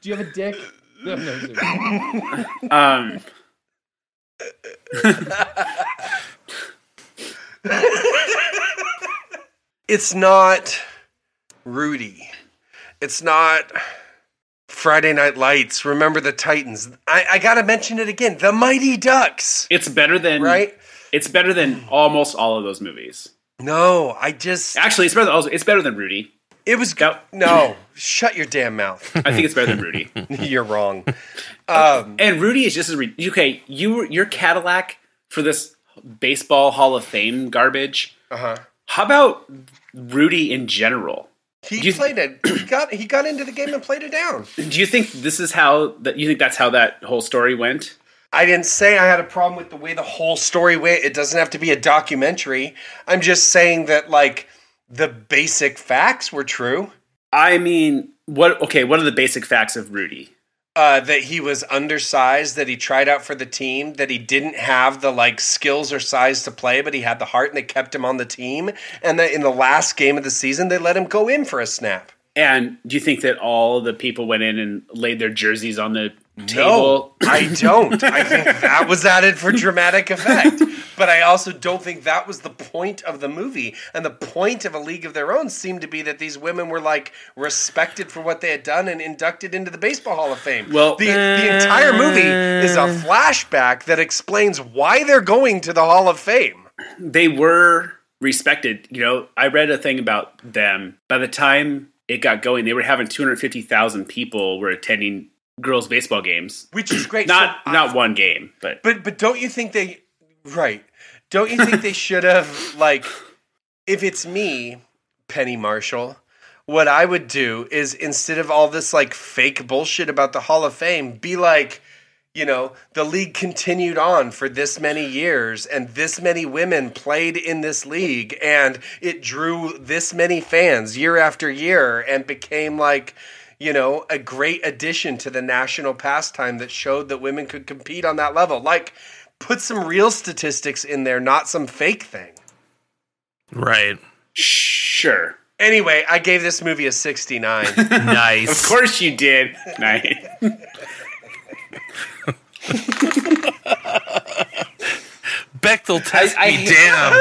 H: Do you have a dick? No, no, no.
A: Um,
B: it's not Rudy. It's not Friday Night Lights. Remember the Titans. I, I gotta mention it again. The Mighty Ducks.
A: it's better than
B: Right?
A: It's better than almost all of those movies.
B: No, I just
A: Actually, it's better. Than, also, it's better than Rudy.
B: it was go-
A: That-
B: no. Shut your damn mouth.
A: I think it's better than Rudy.
B: You're wrong. Um,
A: And Rudy is just as re- okay. You your Cadillac for this baseball Hall of Fame garbage.
B: uh-huh.
A: How about Rudy in general?
B: He
A: You-
B: played it. He got he got into the game and played it down.
A: Do you think this is how that you think that's how that whole story went?
B: I didn't say I had a problem with the way the whole story went. It doesn't have to be a documentary. I'm just saying that like the basic facts were true.
A: I mean, what? Okay, what are the basic facts of Rudy?
B: uh, that he was undersized, that he tried out for the team, that he didn't have the like skills or size to play, but he had the heart and they kept him on the team. And that in the last game of the season, they let him go in for a snap.
A: And do you think that all the people went in and laid their jerseys on the table?
B: I don't. I think that was added for dramatic effect. But I also don't think that was the point of the movie. And the point of A League of Their Own seemed to be that these women were like respected for what they had done and inducted into the Baseball Hall of Fame.
A: Well-
B: the, the entire movie is a flashback that explains why they're going to the Hall of Fame.
A: They were respected. You know, I read a thing about them. By the time it got going, they were having 250,000 people were attending girls' baseball games.
B: Which is great.
A: Not
B: So I-
A: not one game, but
B: But but don't you think they right? Don't you think they should have like if it's me, Penny Marshall, what I would do is instead of all this like fake bullshit about the Hall of Fame, be like you know, the league continued on for this many years, and this many women played in this league, and it drew this many fans year after year and became like, you know, a great addition to the national pastime that showed that women could compete on that level. Like, put some real statistics in there, not some fake thing.
C: Right.
A: sure.
B: Anyway, I gave this movie a 69.
A: Of
C: Nice.
A: course you did. Nice.
C: Bechtel test
A: I- I
C: me
A: hate-
C: damn.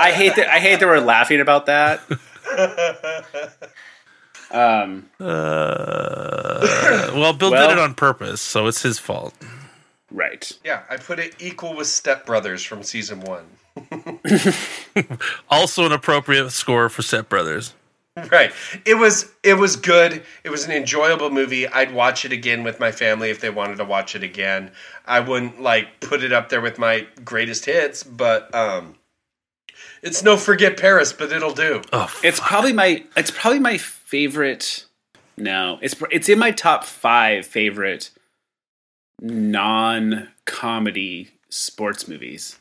A: I hate that. I hate that we're laughing about that. Um,
C: Uh, well, Bill
A: Well-
C: did it on purpose, so it's his fault.
A: right.
B: yeah, I put it equal with Step Brothers from season one.
C: Also, an appropriate score for Step Brothers.
B: Right. It was it was good. It was an enjoyable movie. I'd watch it again with my family if they wanted to watch it again. I wouldn't like put it up there with my greatest hits, but um it's no forget Paris, but it'll do.
C: Oh, f-
A: It's probably my. It's probably my favorite. No, it's pr- it's in my top five favorite non-comedy sports movies.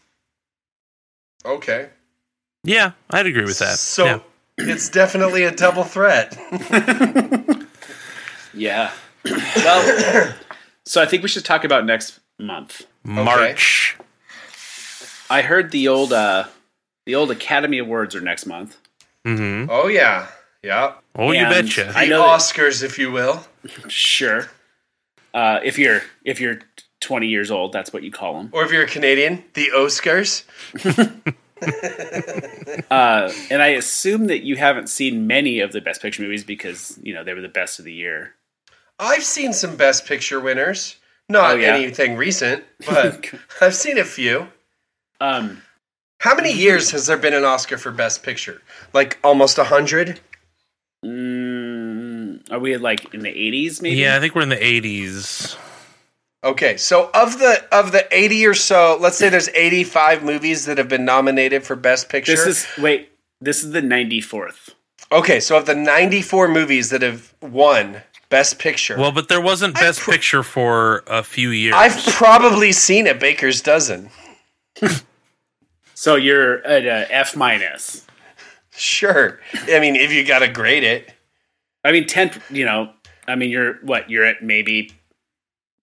B: Okay.
C: yeah, I'd agree with that.
B: So
C: yeah.
B: it's definitely a double threat.
A: Mm-hmm. Yeah. Well, so I think we should talk about next month.
C: March.
A: I heard the old uh, the old Academy Awards are next month.
C: Mm-hmm.
B: oh yeah. Yeah.
C: Oh, you
A: And
C: betcha.
A: I
B: The
A: know that-
B: Oscars, if you will.
A: Sure. Uh, if you're if you're 20 years old, that's what you call them.
B: Or if you're a Canadian, the Oscars.
A: Uh, and I assume that you haven't seen many of the Best Picture movies because you know they were the best of the year.
B: I've seen some Best Picture winners. Not
A: Oh, yeah.
B: anything recent, but I've seen a few.
A: Um,
B: How many years has there been an Oscar for Best Picture? Like almost a hundred.
A: mm, are we like in the eighties? Maybe.
C: Yeah, I think we're in the 80s.
B: Okay, so of the of the eighty or so, let's say there's eighty five movies that have been nominated for Best Picture.
A: This is wait. This is the ninety fourth.
B: okay, so of the ninety four movies that have won Best Picture,
C: Well, but there wasn't Best Picture for a few years.
B: I've probably seen a baker's dozen.
A: So you're at a F minus.
B: Sure, I mean if you got to grade it.
A: I mean, ten. You know, I mean, you're what? You're at maybe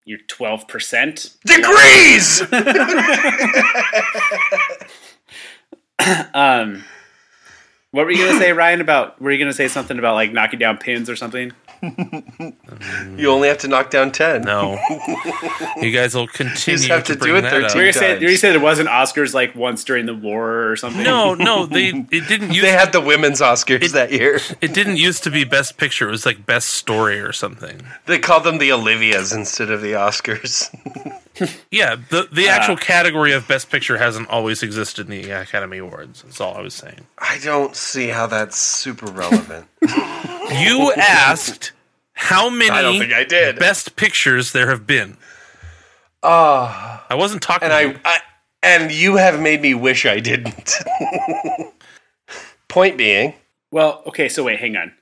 A: you're twelve percent.
B: Degrees.
A: Um, what were you gonna say, Ryan? About were you gonna say something about like knocking down pins or something?
B: you only have to knock down ten.
C: no. you guys will continue
B: just have
C: to,
B: to do
C: bring
B: it
C: that
B: 13
C: up.
A: Were you gonna say
B: Guns.
A: were you gonna say there wasn't Oscars like once during the war or something?
C: No, no, they it didn't use
B: They had the women's Oscars that year.
C: it didn't used to be Best Picture. It was like Best Story or something.
B: They called them the Olivias instead of the Oscars.
C: Yeah, the the
B: Ah.
C: actual category of Best Picture hasn't always existed in the Academy Awards. That's all I was saying.
B: I don't see how that's super relevant.
C: You asked how many
B: I don't think I did.
C: Best Pictures there have been.
B: Ah,
C: I wasn't talking.
B: and
C: to you.
B: I, I and you have made me wish I didn't. Point being,
A: Well, okay, so wait, hang on.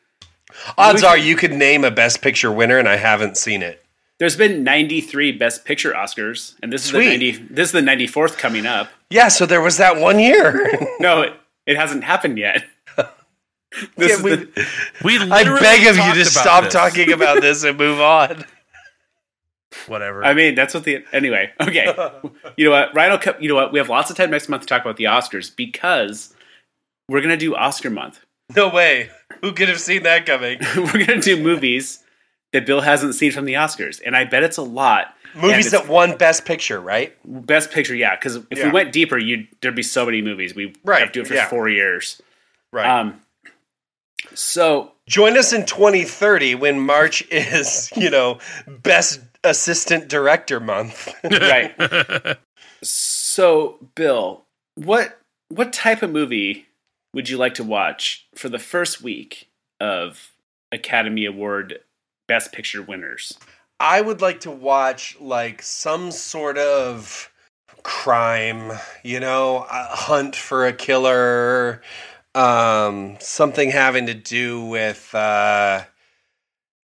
B: odds are you could name a Best Picture winner, and I haven't seen it.
A: There's been 93 Best Picture Oscars, and this
B: Sweet.
A: is the 90, this is the 94th coming up.
B: Yeah, so there was that one year.
A: No, it, it hasn't happened yet. This
B: Yeah,
A: is
B: we-
A: the-
C: we
B: I
C: literally
B: beg of you
C: talked
B: to
C: about
B: stop
C: this.
B: talking about this and move on.
C: Whatever.
A: I mean, that's what the anyway. Okay, you know what? Ryan will come. You know what? We have lots of time next month to talk about the Oscars because we're gonna do Oscar month.
B: No way. Who could have seen that coming?
A: we're gonna do movies that Bill hasn't seen from the Oscars, and I bet it's a lot. And
B: Movies
A: it's-
B: that won Best Picture, right?
A: Best Picture, yeah. Because if
B: Yeah.
A: we went deeper, you'd there'd be so many movies. We
B: Right,
A: have to do it for
B: yeah.
A: four years.
B: Right.
A: Um, so
B: Join us in 2030 when March is, you know, Best Assistant Director Month.
A: right. so Bill, what what type of movie would you like to watch for the first week of Academy Award Best Picture winners?
B: I would like to watch like some sort of crime, you know, a hunt for a killer, um, something having to do with, uh,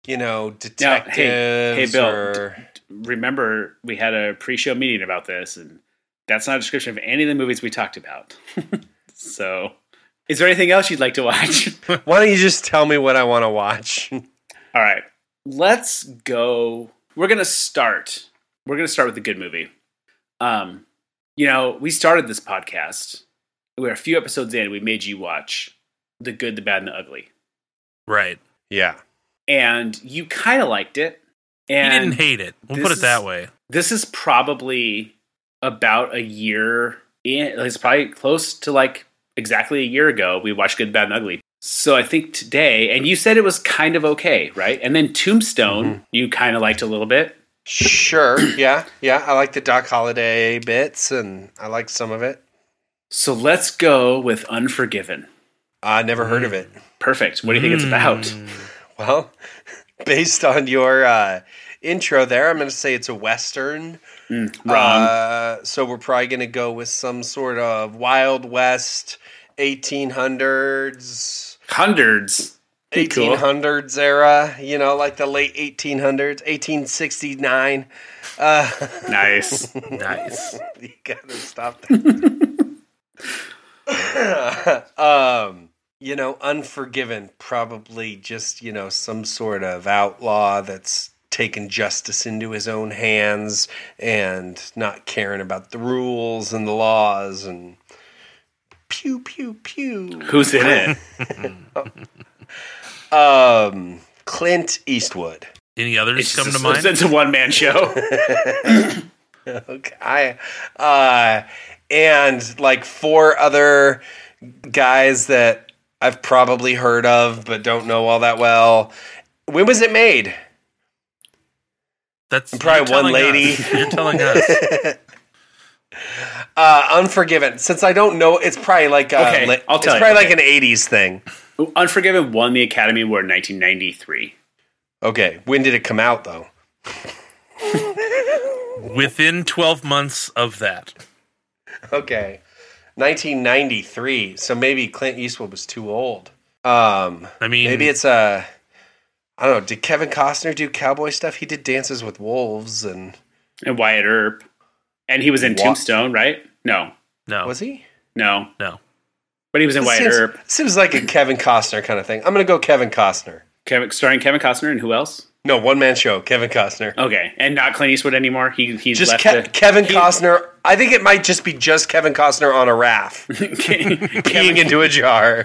B: you
A: Now,
B: know, detectives.
A: hey- hey, Bill,
B: or-
A: Remember, we had a pre-show meeting about this, and that's not a description of any of the movies we talked about. so, is there anything else you'd like to watch?
B: Why don't you just tell me what I want to watch?
A: All right. Let's go. We're going to start. We're going to start with a good movie. Um, you know, we started this podcast. We were a few episodes in. We made you watch The Good, the Bad, and the Ugly.
C: right.
B: yeah.
A: And you kind of liked it.
C: He
A: And
C: didn't hate it. We'll
A: this
C: put it
A: is-
C: that way.
A: this is probably about a year in. It's probably close to like exactly a year ago. We watched Good, Bad, and Ugly. So I think today, and you said it was kind of okay, right? And then Tombstone,
C: Mm-hmm.
A: you kind of liked a little bit.
B: Sure. Yeah. Yeah. I like the Doc Holiday bits and I like some of it.
A: So let's go with Unforgiven.
B: I never heard of it.
A: Perfect. What do you think it's about?
B: Well, based on your uh, intro there, I'm going to say it's a Western.
A: Mm, Wrong.
B: Uh, so we're probably going to go with some sort of Wild West 1800s.
A: Hundreds. Pretty cool.
B: 1800s era, you know, like the late 1800s, 1869.
A: Nice.
C: Nice.
B: you gotta stop that. um, you know, Unforgiven, probably just, you know, some sort of outlaw that's taken justice into his own hands and not caring about the rules and the laws and pew, pew, pew.
A: Who's in it?
B: Um, Clint Eastwood.
C: Any others
A: It's
C: come
A: just-
C: to mind?
A: It's a one man show.
B: Okay. I, uh, and like four other guys that I've probably heard of but don't know all that well. When was it made?
C: That's
B: Probably
C: you're telling
B: one lady.
C: us. You're telling us.
B: Uh, Unforgiven. Since I don't know, it's probably like uh,
A: Okay,
B: li-
A: I'll tell
B: it's
A: you.
B: probably like an '80s thing.
A: Unforgiven won the Academy Award in 1993.
B: Okay, when did it come out though?
C: Within 12 months of that.
B: Okay, 1993. So maybe Clint Eastwood was too old. Um,
C: I mean,
B: maybe
A: Mm.
B: it's a. I don't know. Did Kevin Costner do cowboy stuff? He did Dances with Wolves, and
A: And Wyatt Earp. And he was in
B: What?
A: Tombstone, right? No.
C: no.
B: was he?
A: No.
C: No.
A: But he was in Wyatt
B: seems,
A: Earp.
B: seems like a Kevin Costner kind of thing. I'm gonna go Kevin Costner.
A: Kevin, starring Kevin Costner and who else?
B: No, one man show. Kevin Costner.
A: Okay. And not Clint Eastwood anymore. Oh, He he's
B: Just
A: left
B: Ke-
A: the-
B: Kevin
A: he-
B: Costner. I think it might just be just Kevin Costner on a raft, peeing
A: Kevin,
B: into a jar.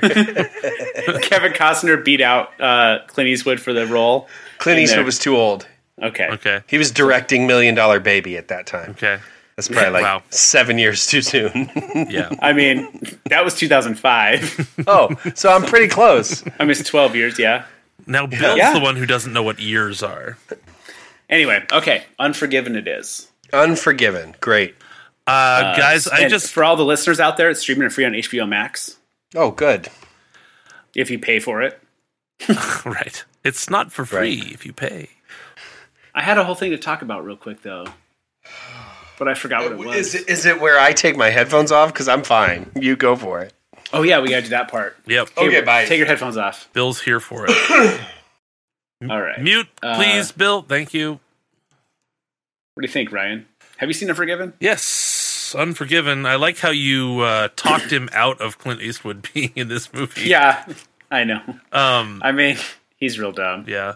A: Kevin Costner beat out uh, Clint Eastwood for the role.
B: Clint
A: In
B: Eastwood
A: there.
B: was too old.
A: Okay.
C: Okay.
B: He was directing Million Dollar Baby at that time.
C: Okay.
B: That's probably like
C: Wow.
B: seven years too soon.
C: Yeah.
A: I mean, that was 2005.
B: oh, so I'm pretty close.
A: I missed 12 years, yeah.
C: Now Bill's
A: Yeah.
C: the one who doesn't know what years are.
A: Anyway, okay. Unforgiven it is.
B: Unforgiven. Great.
C: Uh, guys, I
A: And
C: just
A: for all the listeners out there, it's streaming free on HBO Max
B: Oh, good.
A: if you pay for it.
C: right. It's not for free if you pay.
A: I had a whole thing to talk about real quick though, but I forgot what it was.
B: Is it, is it where I take my headphones off? Because I'm fine. You go for it.
A: Oh yeah, we gotta do that part.
C: Yep.
B: Okay,
A: Here,
B: bye.
A: Take your headphones off.
C: Bill's here for it.
A: All right.
C: Mm-hmm. Mute,
A: Uh,
C: please, Bill. Thank you.
A: What do you think, Ryan? Have you seen Unforgiven?
C: Yes. Unforgiven. I like how you uh, talked him out of Clint Eastwood being in this movie.
A: Yeah, I know.
C: Um,
A: I mean, he's real dumb.
C: yeah.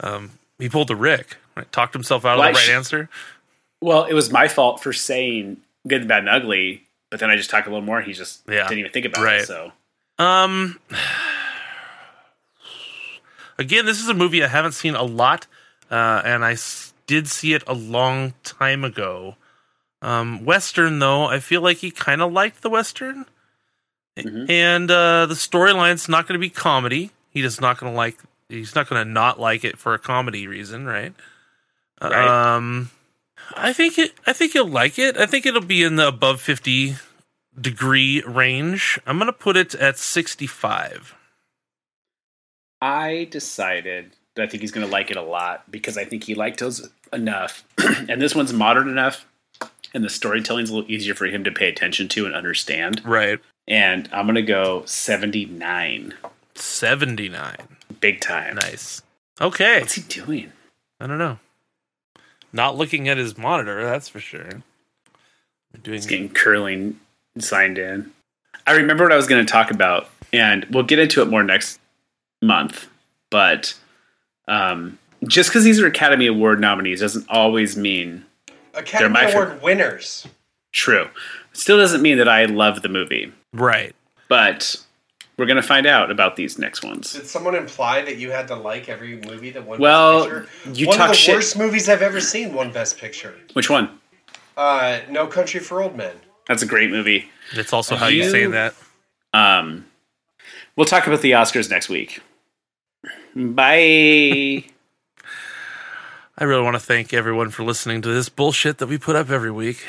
C: Um, he pulled the Rick. Right? Talked himself out of
A: Why
C: the right
A: sh-
C: answer.
A: Well, it was my fault for saying good, bad, and ugly, but then I just talked a little more. He just
C: Yeah.
A: didn't even think about
C: Right.
A: it. So
C: Um, again, this is a movie I haven't seen a lot, uh, and I s- did see it a long time ago. Um, Western, though, I feel like he kind of liked the Western,
A: Mhm.
C: and uh, the storyline's not going to be comedy. He just not going to like. He's not going to not like it for a comedy reason, right?
A: Right.
C: Um, I think it. I think you'll like it. I think it'll be in the above fifty degree range. I'm gonna put it at 65.
A: I decided that I think he's going to like it a lot because I think he liked those enough, and this one's modern enough, and the storytelling's a little easier for him to pay attention to and understand.
C: Right.
A: and I'm gonna go 79,
C: 79.
A: big time.
C: Nice. Okay.
A: What's he doing?
C: I don't know. Not looking at his monitor, that's for sure. I'm doing
A: He's getting curling signed in. I remember what I was gonna talk about, and we'll get into it more next month. But um, just because these are Academy Award nominees doesn't always mean
B: Academy
A: my
B: Award winners.
A: true. Still doesn't mean that I love the movie,
C: right.
A: but we're gonna find out about these next ones.
B: Did someone imply that you had to like every movie that won
A: Well,
B: Best Picture?
A: you
B: One
A: talk
B: of the
A: shit-
B: worst movies I've ever seen won Best Picture.
A: Which one?
B: Uh, no Country for Old Men.
A: That's a great movie.
C: It's also how you
A: You-
C: say that.
A: Um, we'll talk about the Oscars next week. Bye.
C: I really want to thank everyone for listening to this bullshit that we put up every week.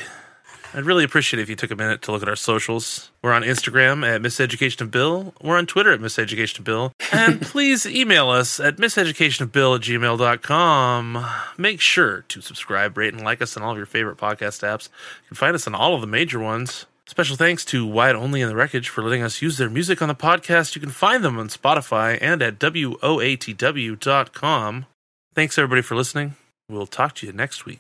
C: I'd really appreciate it if you took a minute to look at our socials. We're on Instagram at MiseducationofBill. We're on Twitter at MiseducationofBill. And please email us at MiseducationofBill at gmail.com. Make sure to subscribe, rate, and like us on all of your favorite podcast apps. You can find us on all of the major ones. Special thanks to Wide Only and the Wreckage for letting us use their music on the podcast. You can find them on Spotify and at WOATW.com. Thanks, everybody, for listening. We'll talk to you next week.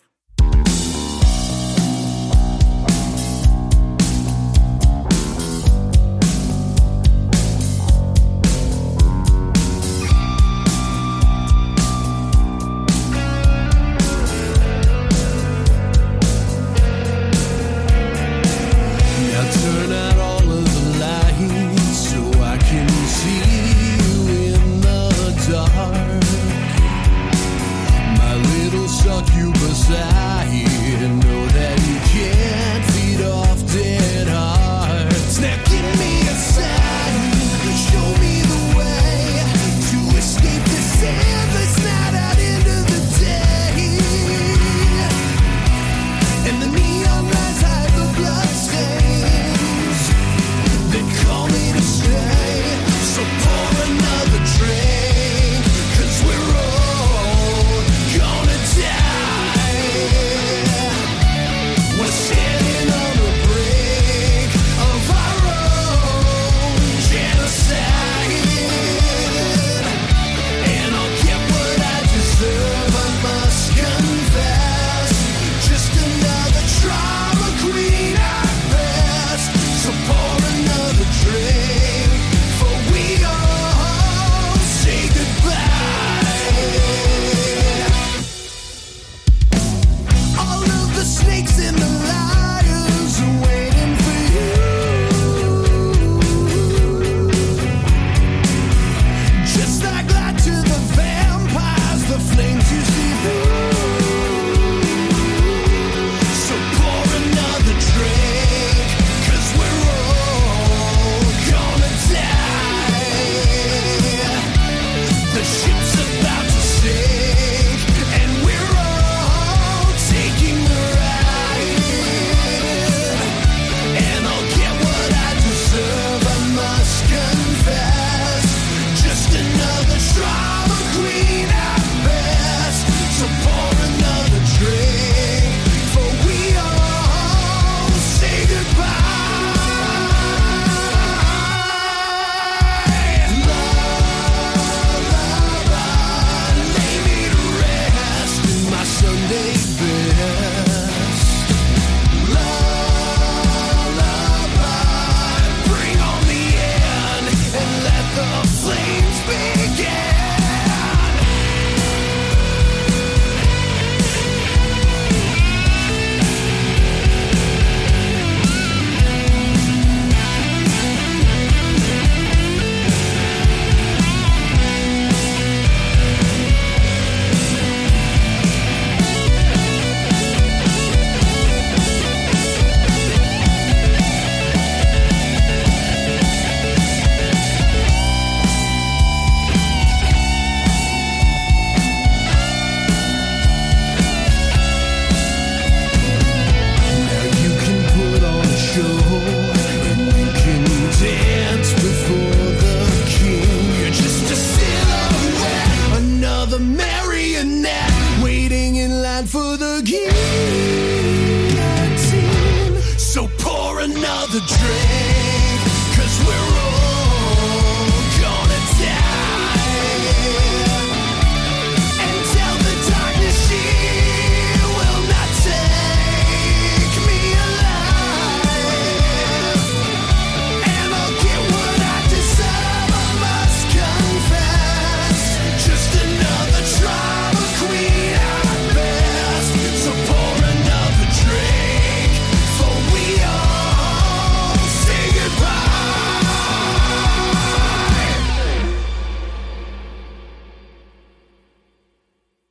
I: Now turn out all of the lights so I can see you in the dark. My little succubus, I know that you can't feed off dead time for the guillotine. So pour another drink.